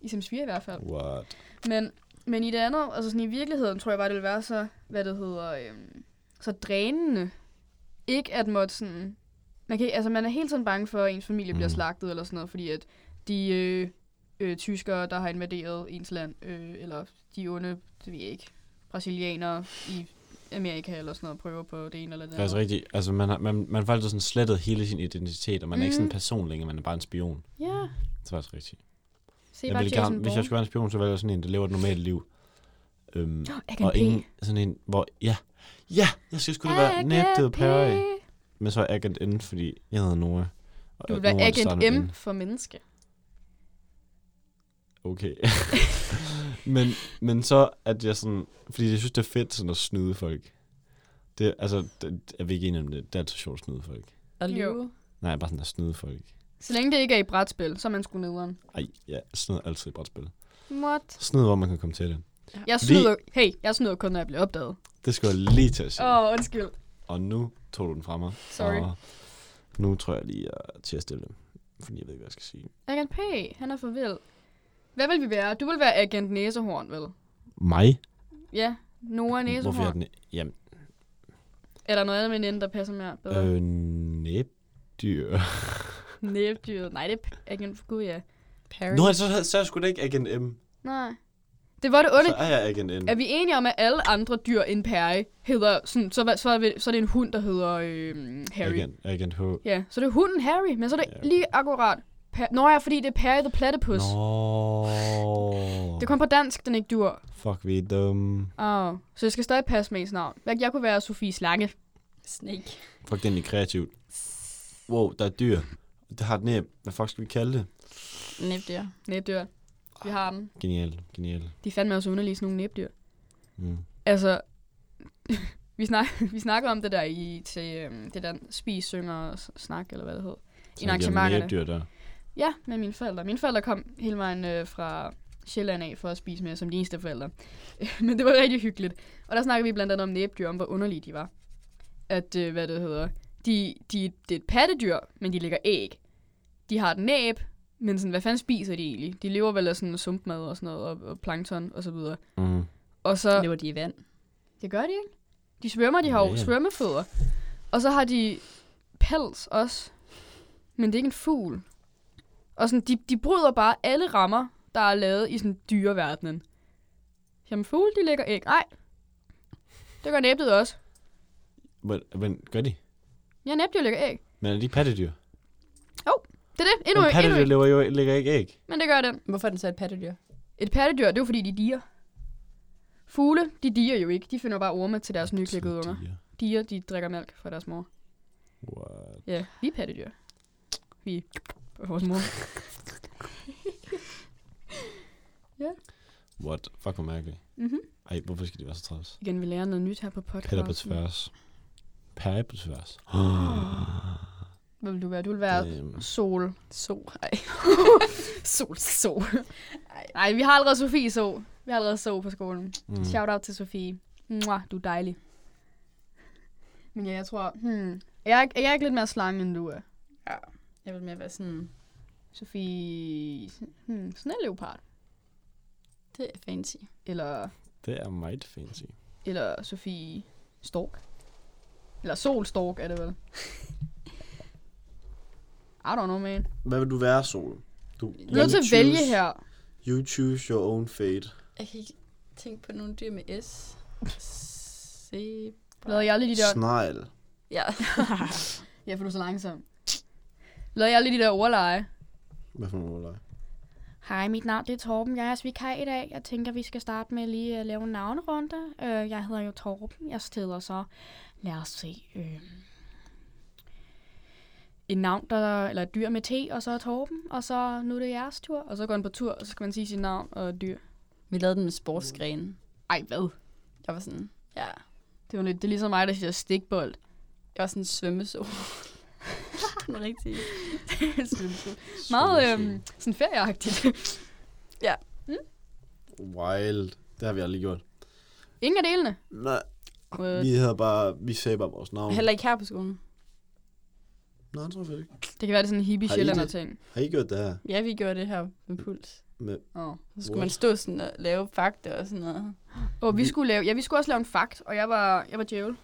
S3: I Sims 4 i hvert fald.
S1: What?
S3: Men, men i det andet, altså sådan i virkeligheden, tror jeg bare, det ville være så, hvad det hedder, øhm, så drænende. Ikke at måtte sådan... Man, kan, ikke- altså man er hele tiden bange for, at ens familie bliver
S1: Mhm.
S3: slagtet eller sådan noget, fordi at de øh, øh, tyskere, der har invaderet ens land, øh, eller de onde, det ved jeg ikke, brasilianere i Amerika eller sådan noget, prøver på det ene eller det
S1: Det er altså
S3: andet.
S1: rigtigt. Altså, man har, man, man har faktisk sådan slettet hele sin identitet, og man mm. er ikke sådan en
S3: Mm.
S1: person længere, man er bare en spion.
S3: Ja,
S1: Det er faktisk rigtigt.
S3: se
S1: jeg
S3: bare
S1: ville
S3: Jason
S1: gerne, hvis jeg skulle være en spion, så ville jeg sådan en, der lever et normalt liv. Øhm,
S3: jeg
S1: og ingen, sådan en, hvor, ja, ja, jeg skal sgu da være nægtet Perry. Men så Agent N, fordi jeg hedder Nora. Og
S3: Du vil
S1: Nora,
S3: være
S1: det starter
S3: agent
S1: med
S3: M
S1: N.
S3: for menneske.
S1: Okay. men, men så, at jeg sådan... Fordi jeg synes, det er fedt sådan at snyde folk. Det, altså, det, er vi ikke enige om det? Det er altid sjovt at snyde folk.
S4: Og
S3: Jo.
S4: lyve.
S1: Nej, bare sådan at snyde folk.
S3: Så længe det ikke er i brætspil, så er man sgu nederen.
S1: Ej, ja, snyd er altid i brætspil.
S3: What?
S1: Snyd, hvor man kan komme til det.
S3: Jeg
S1: Fordi-
S3: snyder, hey, jeg snyder kun, når jeg bliver opdaget.
S1: Det skal jeg lige til at sige.
S3: Åh, oh, undskyld.
S1: Og nu tog du den fra mig.
S3: Sorry.
S1: Og nu tror jeg lige, jeg er til at stille. Fordi jeg ved ikke, hvad jeg skal sige.
S3: Agent P, han er for vild. Hvad vil vi være? Du vil være agent Næsehorn, vel?
S1: Mig?
S3: Ja, Nora
S1: Hvorfor er
S3: Næsehorn.
S1: den... Jamen...
S3: Er der noget andet med en ende, der passer mere bedre? Øh.
S1: Øh, næbdyr.
S3: Næbdyret. Nej, det er p- agent for gud, ja.
S4: Parody.
S1: Nu er jeg så, så er jeg sgu da ikke agent M.
S3: Nej. Det var det onde.
S1: Så er jeg agent N.
S3: Er vi enige om, at alle andre dyr end pære hedder sådan, så, hva- så, er vi, så er det en hund, der hedder øh, Harry.
S1: Agent, agent H.
S3: Ja, så det er hunden Harry, men så er det
S1: Ja.
S3: ja. lige akkurat per- Nå ja, fordi det er Perry the Platypus. No.
S1: Nå.
S3: Det kom på dansk, den ikke dur.
S1: Fuck, vi er dumme.
S3: Oh. Så jeg skal stadig passe med ens navn. Hvad- Jeg kunne være Sofie Slange.
S4: Snake.
S1: Fuck, den er kreativt. Wow, der er dyr. Det har et næb. Hvad fuck skal vi kalde det?
S4: Næbdyr.
S3: Næbdyr. Vi har dem.
S1: Genial, genial.
S3: De er fandme også underlige, sådan nogle næbdyr.
S1: Mm.
S3: Altså, vi, snak, vi snakker om det der i til øhm, det der spis, synger og s- snak, eller hvad det hed. I arrangementerne.
S1: næbdyr der.
S3: Ja, med mine forældre. Mine forældre kom hele vejen øh, fra Sjælland af for at spise med, som de eneste forældre. Men det var rigtig hyggeligt. Og der snakkede vi blandt andet om næbdyr, om hvor underlige de var. At, øh, hvad det hedder, de, de, det er et pattedyr, men de lægger æg. De har et næb, men sådan, hvad fanden spiser de egentlig? De lever vel af sådan sumpmad og sådan noget, og, og plankton og så videre.
S1: Mm.
S3: Og så...
S4: Lever de i vand?
S3: Det gør de ikke. De svømmer, de har jo
S1: Ja.
S3: svømmefødder. Og så har de pels også. Men det er ikke en fugl. Og sådan, de, de bryder bare alle rammer, der er lavet i sådan dyreverdenen. Jamen fugle, de lægger æg. Nej. Det gør næbdyr også.
S1: Men, men gør de?
S3: Ja, næbdyr lægger æg.
S1: Men er de pattedyr?
S3: Det er det. Endnu
S1: Endnu, men
S3: ikke. Endnu
S1: pattedyr
S3: ikke.
S1: lever jo, lægger ikke æg.
S3: Men det gør den.
S4: Hvorfor er den så et pattedyr?
S3: Et pattedyr, det er jo fordi, de diger. Fugle, de diger jo ikke. De finder bare orme til deres nyklækkede unger.
S1: Pattedyr.
S3: Diger, de drikker mælk fra deres mor.
S1: What?
S3: Ja, vi er pattedyr. Vi er vores mor.
S1: What? Fuck, hvor mærkeligt.
S3: Mm-hmm.
S1: Ej, hvorfor skal de være så træls?
S3: Igen, vi lærer noget nyt her på podcasten.
S1: Patter på tværs. Patter på tværs.
S3: Ah. Hvad vil du være? Du vil være
S1: Øhm,
S3: sol.
S4: Sol.
S3: Sol, sol. Nej, vi har allerede Sofie så. Vi har allerede så på skolen.
S1: mm.
S3: Mm. Shout out til Sofie. Mwah, du er dejlig. Men ja, jeg tror... Hmm, jeg, er, ikke- jeg er ikke lidt mere slange, end du er.
S4: Jeg vil mere være sådan...
S3: Sofie... Hmm, sådan en leopard.
S4: Det er fancy.
S3: Eller,
S1: Det er meget fancy.
S3: eller Sofie Stork. Eller Solstork er det vel. I don't know, man.
S5: Hvad vil du være, Sol? Du,
S3: Du er nødt til at vælge her.
S5: You choose your own fate.
S4: Jeg kan ikke tænke på nogle dyr med S. C.
S3: Lavede jeg alle de der...
S5: Snegl.
S4: Ja.
S3: Ja, for du er så langsom. Lavede jeg alle de der overleje.
S5: Hvad for nogle ordleje?
S6: Hej, mit navn det er Torben. Jeg er jeres vikar i dag. Jeg tænker, vi skal starte med lige at lave en navnerunde. Øh, jeg hedder jo Torben. Jeg steder så. Lad os se. Øh.
S3: Et navn, der, eller et dyr med T, og så er Torben, og så nu er det jeres tur. Og så går han på tur, og så skal man sige sit navn og dyr.
S4: Vi lavede den med sportsgrene.
S3: Ej, hvad?
S4: Jeg var sådan... Ja.
S3: Det var lidt, det er ligesom mig, der siger stikbold.
S4: Jeg var sådan en svømmesol. den rigtige.
S3: Meget øhm, sådan ferieagtigt.
S5: Wild. Det har vi aldrig gjort.
S3: Ingen af delene.
S5: Nej,
S3: What?
S5: vi havde bare, vi sagde bare vores navn.
S4: Heller ikke her på skolen.
S5: Nej, det tror jeg ikke.
S3: Det kan være, det er sådan en hippie
S5: Har I
S3: sjællander
S5: det?
S3: ting.
S5: Har I gjort det her?
S4: Ja, vi gjorde det her med puls.
S5: Med,
S3: Oh.
S4: Så skulle man stå sådan og lave fakta og sådan noget.
S3: Og vi
S5: Vi-
S3: skulle lave, ja, vi skulle også lave en fakt, og jeg var, jeg var djævel.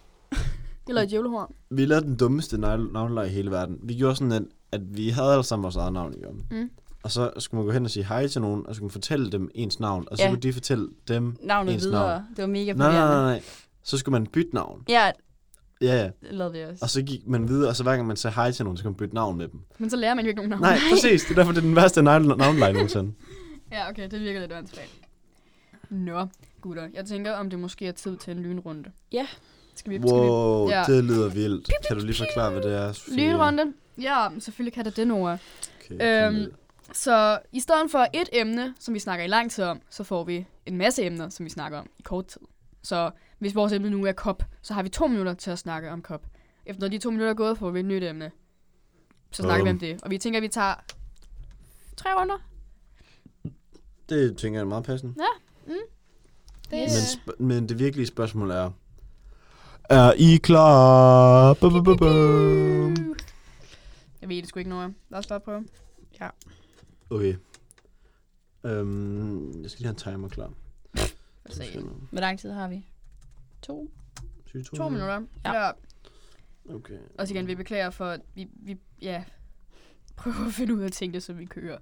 S3: Jeg lavede djævlehorn.
S5: vi lavede den dummeste navn- navnelej i hele verden. Vi gjorde sådan, at, at vi havde alle sammen vores eget navn i om.
S3: Mm.
S5: Og så skulle man gå hen og sige hej til nogen, og så skulle man fortælle dem ens navn, og så
S4: Ja.
S5: skulle de fortælle dem...
S4: Navnet
S5: Ens
S4: videre.
S5: navn.
S4: Det var mega
S5: Nej, nej,
S4: forvirrende.
S5: nej, nej. Så skulle man bytte navn.
S4: Ja,
S5: Ja, ja.
S4: det lavede vi også.
S5: Og så gik man videre, og så hver gang man sagde hej til nogen, så kunne man bytte navn med dem.
S3: Men så lærer man jo ikke nogen navn.
S5: Nej, præcis. Det er derfor, det er den værste navn- navnleje nogensinde.
S3: Ja, okay, det virker lidt vanskeligt. Nå, gutter, jeg tænker, om det måske er tid til en lynrunde.
S4: Ja.
S3: Skal vi, skal
S5: Wow,
S3: Ja.
S5: det lyder vildt. Kan du lige forklare, hvad det er,
S3: vi...
S5: Sofie?
S3: Lynrunde? Ja, selvfølgelig kan der det, Nora.
S5: Okay,
S3: Øhm,
S5: kom med.
S3: Så i stedet for et emne, som vi snakker i lang tid om, så får vi en masse emner, som vi snakker om i kort tid. Så hvis vores emne nu er kop, så har vi to minutter til at snakke om kop. Efter når de to minutter er gået, får vi et nyt emne. Så snakker vi
S5: Bum.
S3: om det. Og vi tænker, at vi tager tre runder.
S5: Det tænker jeg er meget passende.
S3: Det,
S5: Men, sp- men det virkelige spørgsmål er... Er I klar? Bum, bum, bum, bum.
S3: Jeg ved det sgu ikke, Nora. Lad os bare prøve.
S5: Okay. Øhm, jeg skal lige have en timer klar.
S3: Lad os se.
S4: Hvor lang tid har vi? To?
S3: To minutter. Ja. ja.
S5: Okay.
S3: Også igen, vi beklager for, at vi, vi ja, prøver at finde ud af tingene, som vi kører.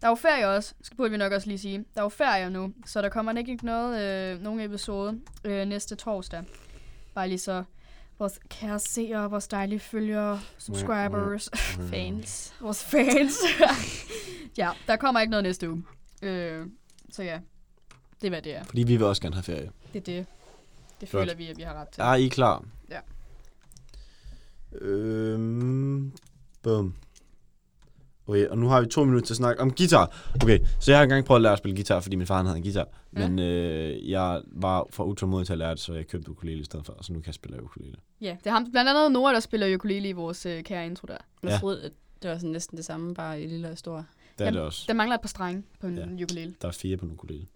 S3: Der er jo ferie også, skal burde vi nok også lige sige. Der er jo ferie nu, så der kommer nok ikke noget, øh, nogen episode øh, næste torsdag. Bare lige så vores kære seere, vores dejlige følgere, subscribers,
S5: Mm.
S4: Fans.
S3: vores fans. ja, der kommer ikke noget næste uge. Øh, så ja, det er hvad det er.
S5: Fordi vi vil også gerne have ferie.
S3: Det er det. Det
S5: Flot.
S3: føler vi, at vi har ret til.
S5: Er I klar?
S3: Ja.
S5: Øhm, bum. Okay, og nu har vi to minutter til at snakke om guitar. Okay, så jeg har engang prøvet at lære at spille guitar, fordi min far han havde en guitar.
S3: Ja.
S5: Men øh, jeg var for utålmodig til at lære det, så jeg købte ukulele i stedet for, og så nu kan jeg spille ukulele.
S3: Ja, det er ham, blandt andet Nora, der spiller ukulele i vores øh, kære intro der.
S4: Jeg
S5: Ja.
S4: troede, at det var sådan næsten det samme, bare i lille og stor.
S5: Det er
S3: Jamen.
S5: det også.
S3: Der mangler et par strenge på en
S5: Ja.
S3: ja. ukulele.
S5: Der er fire på en ukulele.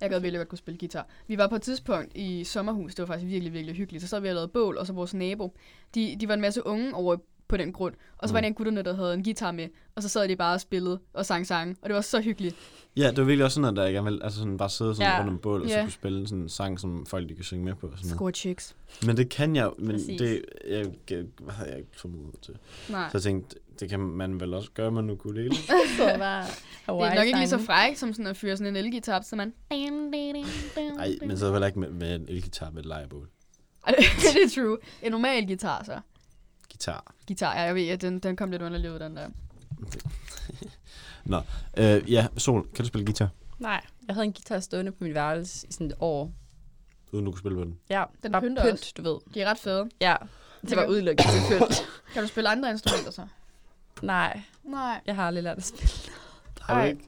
S3: Jeg gad virkelig godt kunne spille guitar. Vi var på et tidspunkt i sommerhus, det var faktisk virkelig, virkelig hyggeligt. Så sad vi og lavede bål, og så vores nabo, de, de var en masse unge over på den grund. Og så var
S5: Mm.
S3: der en gutterne, der havde en guitar med, og så sad de bare og spillede og sang sange, og det var så hyggeligt.
S5: Ja, det var virkelig også sådan, at der gerne ville altså sådan bare sidde sådan
S4: Ja.
S5: ja. rundt om bål, og så
S3: Ja.
S5: kunne spille sådan en sang, som folk de kan synge med på. Og sådan noget.
S3: Score chicks.
S5: Men det kan jeg, men
S4: Præcis.
S5: det jeg, jeg, hvad havde jeg ikke formodet til.
S3: Nej,
S5: Så jeg tænkte, det kan man vel også gøre med en ukulele.
S4: Så bare
S3: det er nok ikke lige så fræk som sådan at fyre sådan en elgitar op, så man...
S5: Nej, men så er det heller ikke med, med en elgitar med et lejrebål.
S3: Ej, det er true. En normal guitar, så.
S5: Gitar.
S3: Guitar, ja, jeg ved, at den, den kom lidt underlig ud, den der.
S5: Øh, ja, Sol, kan du spille guitar?
S4: Nej, jeg havde en guitar stående på mit værelse i sådan et år.
S5: Uden du kunne spille på den.
S4: Ja,
S3: Den
S4: bare
S3: pynter
S4: pynt,
S3: også.
S4: du ved.
S3: De er ret fede.
S4: Ja, det var udelukket til pynt.
S3: Kan du spille andre instrumenter så?
S4: Nej,
S3: Nej.
S4: jeg har aldrig lært at spille.
S5: Har du
S3: Ej.
S5: ikke?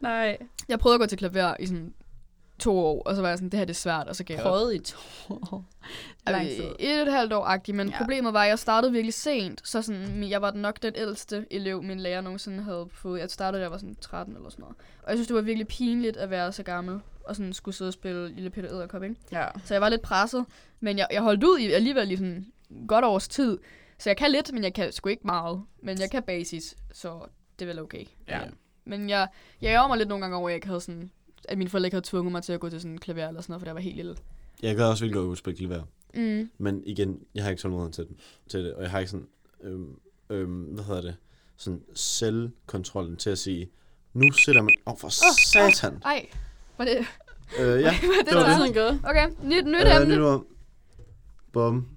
S4: Nej.
S3: Jeg prøvede at gå til klaver i sådan to år, og så var jeg sådan, det her det er svært, og så gav jeg op.
S4: Prøvet i to år. Det er Lang tid.
S3: Øh, Et og et halvt år agtigt, men
S4: Ja.
S3: ja. problemet var, at jeg startede virkelig sent. Så sådan, min- jeg var nok den ældste elev, min lærer nogensinde havde fået. Jeg startede, da jeg var sådan 13 eller sådan noget. Og jeg synes, det var virkelig pinligt at være så gammel og sådan skulle sidde og spille Lille Peter Æderkop, ikke?
S4: Ja.
S3: Så jeg var lidt presset, men jeg, jeg holdt ud i alligevel i sådan godt års tid. Så jeg kan lidt, men jeg kan sgu ikke meget. Men jeg kan basis, så det er vel okay.
S4: Ja.
S3: Men jeg, jeg ærger mig lidt nogle gange over, at jeg ikke havde sådan at mine forældre ikke havde tvunget mig til at gå til sådan klaver eller sådan noget, for jeg var helt lille.
S5: Jeg gad også virkelig godt kunne spille klaver.
S3: Mm.
S5: Men igen, jeg har ikke tålmodighed til, den, til det. Og jeg har ikke sådan, øhm, øhm, hvad hedder det, sådan selvkontrollen til at sige, nu sætter man... Åh, oh, for satan!
S3: Ej, var det, var
S5: Øh, ja,
S3: det,
S5: Det var
S3: der?
S5: det.
S4: Sådan gået.
S3: Okay, nyt, nyt
S5: øh,
S3: emne.
S5: nyt ord. Bum.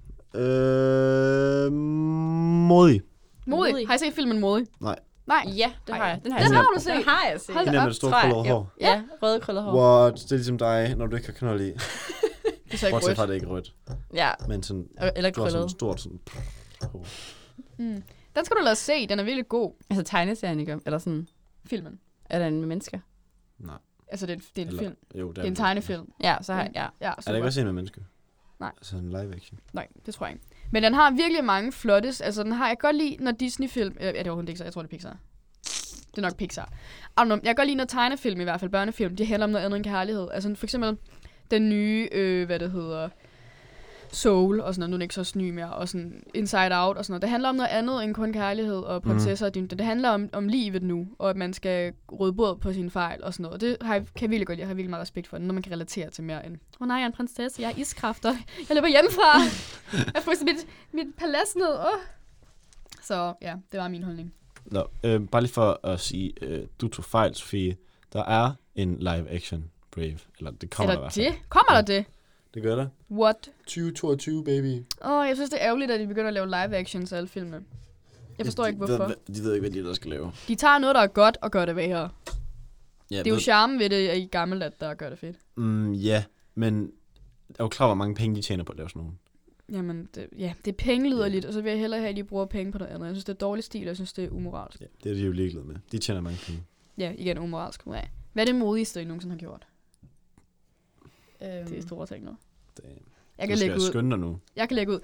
S5: Øh, modig.
S3: Modig.
S4: Modig.
S3: Har I set filmen Modig?
S5: Nej.
S3: Nej.
S4: Ja, det har jeg. Den har
S3: Den
S4: jeg
S3: har du
S4: Den
S3: set.
S4: har jeg set.
S3: Hold
S5: Hende er med det store
S4: Tror jeg,
S5: krøllede
S4: jo.
S5: hår.
S4: Ja, røde krøller hår.
S5: What? Det er ligesom dig, når du ikke har knold i.
S3: Det er så ikke
S5: Bortset
S3: rødt.
S5: fra, at det ikke er rødt.
S4: Ja,
S5: Men sådan,
S4: eller
S5: det var sådan
S4: krøllet.
S5: et stort sådan... hår.
S3: Mm. Den skal du lade se. Den er virkelig god,
S4: Altså tegneserien, ikke? Eller sådan,
S3: filmen.
S4: er der en med mennesker?
S3: Altså, det er, det er en
S5: Eller-
S3: film.
S5: Jo, det
S3: Det er en tegnefilm.
S4: Ja, så har jeg, ja.
S3: Ja,
S5: Er det
S3: super.
S5: ikke også en med menneske?
S3: Nej.
S5: Altså en live action.
S3: Nej, det tror jeg ikke. Men den har virkelig mange flottes. Altså, den har jeg kan godt lide, når Disney-film... øh, Ja, det er overhovedet ikke Pixar. Jeg tror, det er Pixar. Det er nok Pixar. I don't know. Jeg kan godt lide, når tegnefilm, i hvert fald børnefilm, de handler om noget andet end kærlighed. Altså, for eksempel den nye, øh, hvad det hedder... Soul og sådan noget, nu er den ikke så også ny mere, og sådan Inside Out og sådan noget. Det handler om noget andet end kun kærlighed og prinsesser mm. og dyn. Det handler om, om livet nu, og at man skal råde bord på sine fejl og sådan noget. Og det har jeg, kan jeg virkelig godt, jeg har virkelig meget respekt for, når man kan relatere til mere end, åh oh, nej, jeg er en prinsesse, jeg er iskræfter, jeg løber hjemmefra, jeg har fået mit, mit palads ned, åh. Så ja, det var min holdning.
S5: Nå, øh, bare lige for at sige, øh, du tog fejl, Sofie. Der er en live action Brave. Eller det kommer
S3: er
S5: der i
S3: der
S5: hvert fald.
S3: det? Kommer der det?
S5: Det gør der.
S3: What?
S5: 2022, baby.
S3: Åh, oh, jeg synes, det er ærgerligt, at de begynder at lave live actions af alle filmene. Jeg forstår ikke, hvorfor.
S5: De, de ved ikke, hvad de ellers skal lave.
S3: De tager noget, der er godt, og gør det værre.
S5: Ja,
S3: Det er jo charmen ved det i gammel, at der gør det fedt.
S5: mm, ja, men er jo klar, hvor mange penge de tjener på at lave sådan nogle.
S3: Jamen, det, ja, det er pengelyderligt, og så vil jeg hellere have, at de bruger penge på noget andet. Jeg synes, det er dårlig stil, og jeg synes, det er umoralsk.
S5: Ja, det er de jo ligeglade med. De tjener mange penge.
S3: Ja, igen, umoralsk. Ja. Hvad er det modigste, I nogensinde har gjort?
S4: Øhm,
S3: Det er store ting noget.
S5: Damn.
S3: Jeg
S5: du
S3: kan
S5: skal
S3: lægge ud.
S5: skynde dig nu.
S3: Jeg kan lægge ud.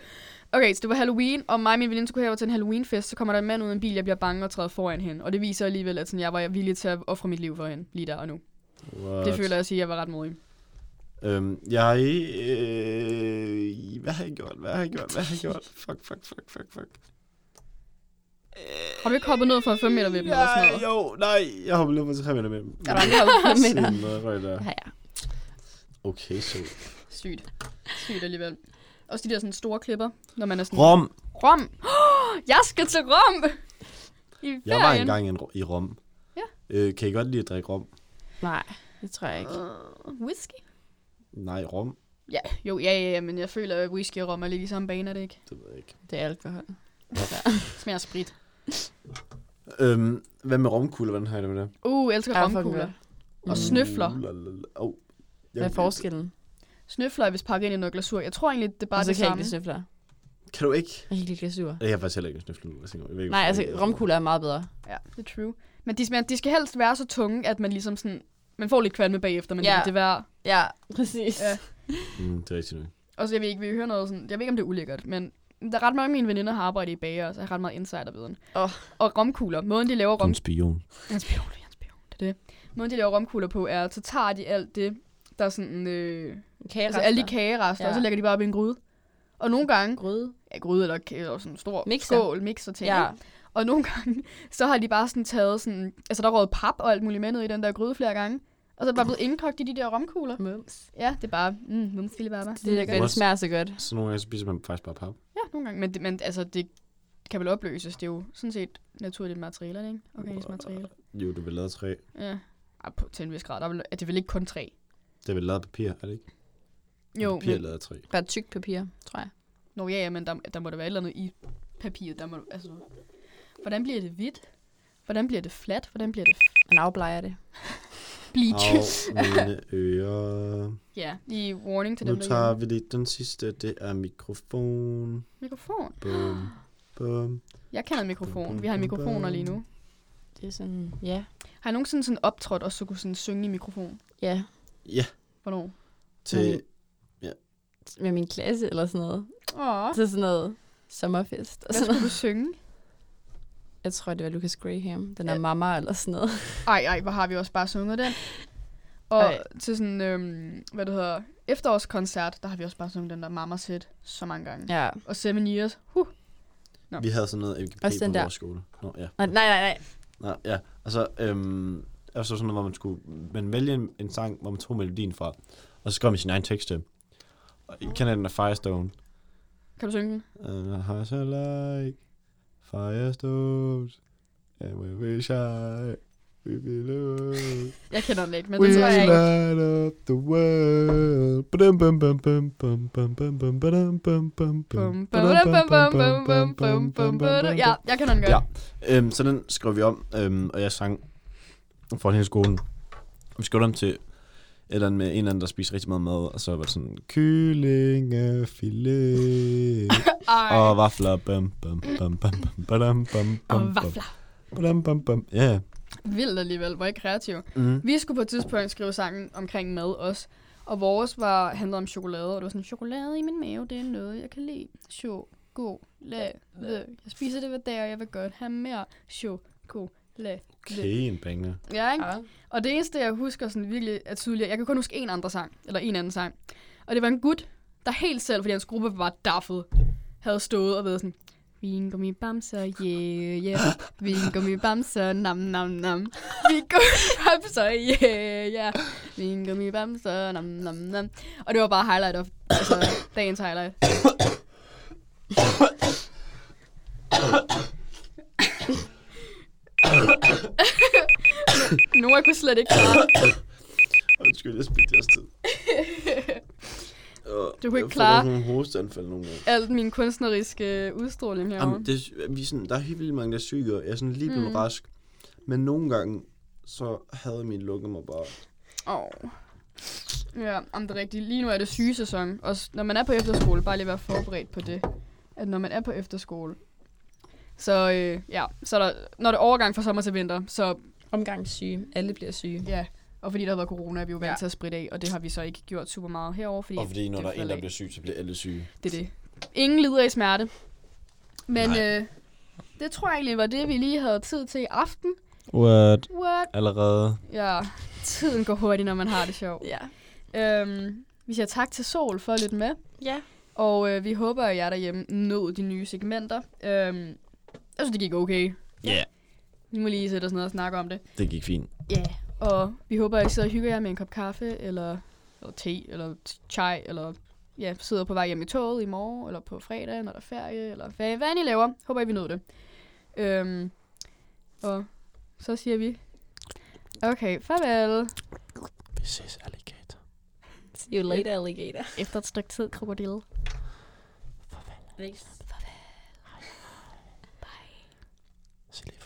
S3: Okay, så det var Halloween, og mig og min veninde skulle herover til en Halloween-fest, så kommer der en mand ud af en bil, jeg bliver bange og træder foran hende. Og det viser alligevel, at sådan, jeg var villig til at ofre mit liv for hende, lige der og nu.
S5: What?
S3: Det føler jeg at sige, at jeg var ret modig.
S5: Øhm, jeg... Øh, hvad har jeg gjort? Hvad har jeg gjort? Hvad har jeg gjort? Fuck, fuck, fuck, fuck, fuck.
S3: Har du ikke hoppet ned fra 5 meter ved dem eller sådan noget?
S5: Nej, jo, nej. Jeg hopper lige på 3 meter med dem.
S4: er der andre, der har med dig?
S5: Sådan noget røg der.
S4: Ja, ja.
S5: Okay, så...
S3: Sygt. Sygt alligevel. Også de der sådan store klipper, når man er sådan...
S1: Rom.
S3: Rom. Jeg skal til Rom! I ferien.
S5: Jeg var engang i en- i Rom.
S3: Ja.
S5: Øh, kan I godt lide at drikke rom?
S4: Nej, det tror jeg ikke.
S3: Uh, whisky?
S5: Nej, rom.
S3: Ja, jo, ja, ja, ja, men jeg føler, at whisky og rom er lige i samme bane, er det ikke?
S5: Det ved jeg ikke.
S4: Det er alkohol.
S3: Det smager af sprit.
S5: Øhm, hvad med romkugler? Hvordan har I det med det?
S3: Uh, jeg elsker
S4: Ja, fucking
S3: romkugler. Og snøfler.
S5: Uh, lalala. Åh. Jeg-
S4: Hvad er forskellen?
S3: Snøfler er vist pakket ind i noget glasur. Jeg tror egentlig, det er bare
S4: Og så
S3: det
S4: kan jeg
S3: samme.
S4: ikke lide snøfler.
S5: Kan du ikke?
S4: Jeg kan ikke lide glasur.
S5: Jeg har faktisk heller ikke en snøfle. Jeg tænker, jeg ved ikke,
S4: Nej,
S5: hvorfor
S4: altså
S5: jeg ikke-
S4: romkugler er meget bedre.
S3: Ja, det er true. Men de, smager, de skal helst være så tunge, at man ligesom sådan... Man får lidt kvalme bagefter, men
S4: Ja.
S3: ja. det er værd.
S4: Ja, præcis.
S3: Ja.
S5: Mm, det er rigtigt nok.
S3: Og så jeg vil ikke, vi hører noget sådan... Jeg ved ikke, om det er ulækkert, men der er ret mange af mine veninder, der har arbejdet i bager, så jeg har ret meget insiderviden.
S4: Åh.
S3: Og romkugler. Måden, de laver
S1: Du er
S3: rom...
S1: en spion.
S3: Hans spion, det er hans spion, det er det. Måden, de laver romkugler på, er, så tager de alt det, der er sådan... Øh, altså alle de kagerester, ja.
S4: Ja.
S3: og så lægger de bare op i en gryde. Og nogle gange...
S4: gryde.
S3: Ja, gryde eller, kage, eller sådan en stor
S4: Mixer.
S3: skål, mixer ting.
S4: Ja,
S3: ikke? Og nogle gange, så har de bare sådan taget sådan... Altså, der råd pap og alt muligt med ned i den der gryde flere gange. Og så er det bare blevet indkogt i de der romkugler.
S4: mums.
S3: Ja, det er bare... Mm, mumsfilip bare.
S4: Det, er lækkert. det
S5: What?
S4: smager så godt.
S5: Så nogle gange spiser man faktisk bare pap.
S3: Ja, nogle gange. Men, det, men altså, det kan vel opløses. Det er jo sådan set naturligt materiale, er det ikke? Organisk materiale.
S5: Jo, det er vel lavet af træ.
S3: Ja. Ej, på, til en vis grad. Der er, vel, er det vel ikke kun træ?
S5: Det er vel lavet af papir, er det ikke?
S3: Jo,
S5: Papir er
S3: men,
S5: lavet af træ.
S4: Bare tykt papir, tror jeg.
S3: nå, ja, ja, men der, der må der være et eller andet i papiret. Der må, altså, hvordan bliver det hvidt? Hvordan bliver det fladt? Hvordan bliver det
S4: Man afblejer det.
S3: bleach?
S5: Au, mine ører.
S3: Ja, i warning til
S5: Nu
S3: dem, der
S5: tager
S3: tager...
S5: vi lige den sidste. Det er mikrofon.
S3: Mikrofon.
S5: Bum, bum.
S3: Jeg kender en mikrofon. Vi har mikrofoner lige nu.
S4: Det er sådan, ja.
S3: Har jeg nogensinde sådan optrådt og så kunne sådan synge i mikrofon?
S4: Ja,
S3: Hvornår?
S5: Til,
S4: med min klasse eller sådan noget.
S3: Åh,
S4: Til sådan noget sommerfest. Og
S3: hvad
S4: sådan noget.
S3: skulle du synge?
S4: Jeg tror, det var Lucas Graham. Den er
S3: Ja.
S4: mamma eller sådan noget.
S3: Ej, ej, hvor har vi også bare sunget den. Og
S4: Ej.
S3: til sådan, øhm, hvad det hedder, efterårskoncert, der har vi også bare sunget den der Mama Set så mange gange. Ja.
S4: Ja.
S3: Og Seven Years, huh. Nå.
S5: vi havde sådan noget MGP
S4: Også den
S5: på
S4: der.
S5: vores skole. Nå, ja.
S4: Nej, nej, nej. nej.
S5: Nå, ja. Og så, øhm, og så sådan noget, hvor man skulle man vælge en, en sang, hvor man tog melodien fra. Og så skrev man sin egen tekst til. Og I kender den af Firestone.
S3: Kan du synge den?
S5: And a house I like Firestones And we wish I We belong
S3: Jeg kender den ikke, men
S5: We
S3: det tror jeg ikke.
S5: light up the world Badum, bum, bum, bum, bum, bum, bum, bum, badum, bum, bum,
S3: Bum,
S5: bum,
S3: bum,
S5: badum,
S3: bum, bum, bum, bum, bum, bum, bum. Ja, jeg kender den godt.
S5: Ja. Øhm, så den skrev vi om, øhm, og jeg sang for hele skolen. Vi skrev dem til et eller andet med en eller anden, der spiste rigtig meget mad, og så var det sådan, kyllingefilet,
S3: Ej,
S5: og vafler, bum, bum, bum, bum, bum, badum, bum,
S3: og
S5: bum, bum,
S3: vafler.
S5: Bum, bum, bum. Ja.
S3: Vildt alligevel, hvor er I kreative.
S5: Mm.
S3: Vi skulle på et tidspunkt skrive sangen omkring mad også. Og vores var, handlede om chokolade, og det var sådan, chokolade i min mave, det er noget, jeg kan lide. Chokolade. Jeg spiser det hver dag, og jeg vil godt have mere chokolade.
S5: Okay, en banger.
S3: Ja, ikke? Og det eneste, jeg husker sådan virkelig er tydeligt, jeg kan kun huske en andre sang, eller en anden sang. Og det var en gut, der helt selv, fordi hans gruppe var daffet, havde stået og været sådan, Vingummi bamser, yeah, yeah. Vingummi bamser, nam, nam, nam. Vingummi bamser, yeah, yeah. Vingummi bamser, nam, nam, nam. Og det var bare highlight of, altså dagens highlight. Nogle kunne slet ikke klare,
S5: Undskyld, jeg spildte jeres tid.
S3: Du kunne ikke klare-
S5: Jeg får bare sådan nogle hosteanfald nogle gange.
S3: alt min kunstneriske udstråling herovre.
S5: Jamen, det, er- vi er sådan, der er helt vildt mange, der er syge, og jeg er sådan lige blevet
S3: Mm.
S5: mm. rask. Men nogle gange, så havde min lunger mig bare...
S3: Åh. Ja, om det er rigtigt. Lige nu er det sygesæson. Og s- når man er på efterskole, bare lige være forberedt på det. At når man er på efterskole, så øh, ja, så er der, når det er overgang fra sommer til vinter, så
S4: Omgangssyge. Alle bliver syge.
S3: ja, og fordi der har været corona, er vi jo vant
S4: Ja.
S3: til at spritte af, og det har vi så ikke gjort super meget herover, fordi, det falder af.
S5: syg, så bliver alle syge.
S3: Det er det. Ingen lider i smerte. Men øh, det tror jeg egentlig var det, vi lige havde tid til i aften.
S1: What?
S3: What?
S1: Allerede.
S3: Ja, tiden går hurtigt, når man har det sjovt.
S4: Ja.
S3: Øhm, vi siger tak til Sol for at lytte med.
S4: Ja.
S3: Og øh, vi håber, at jer derhjemme nåede de nye segmenter. Øhm, jeg synes, det gik okay.
S1: Ja. Yeah.
S3: Vi må lige sætte os ned og snakke om det.
S1: Det gik fint.
S3: Ja. Yeah. Og vi håber, at I sidder og hygger jer med en kop kaffe, eller, eller te, eller t- chai, eller ja, sidder på vej hjem i toget i morgen, eller på fredag, når der er ferie, eller hvad, hvad end I laver. Håber, I vil nå det. Øhm, og så siger vi, okay, farvel.
S5: Vi ses, alligator.
S4: See you later, alligator.
S6: Efter et stykke tid, krokodille.
S4: Thanks.
S5: Se lige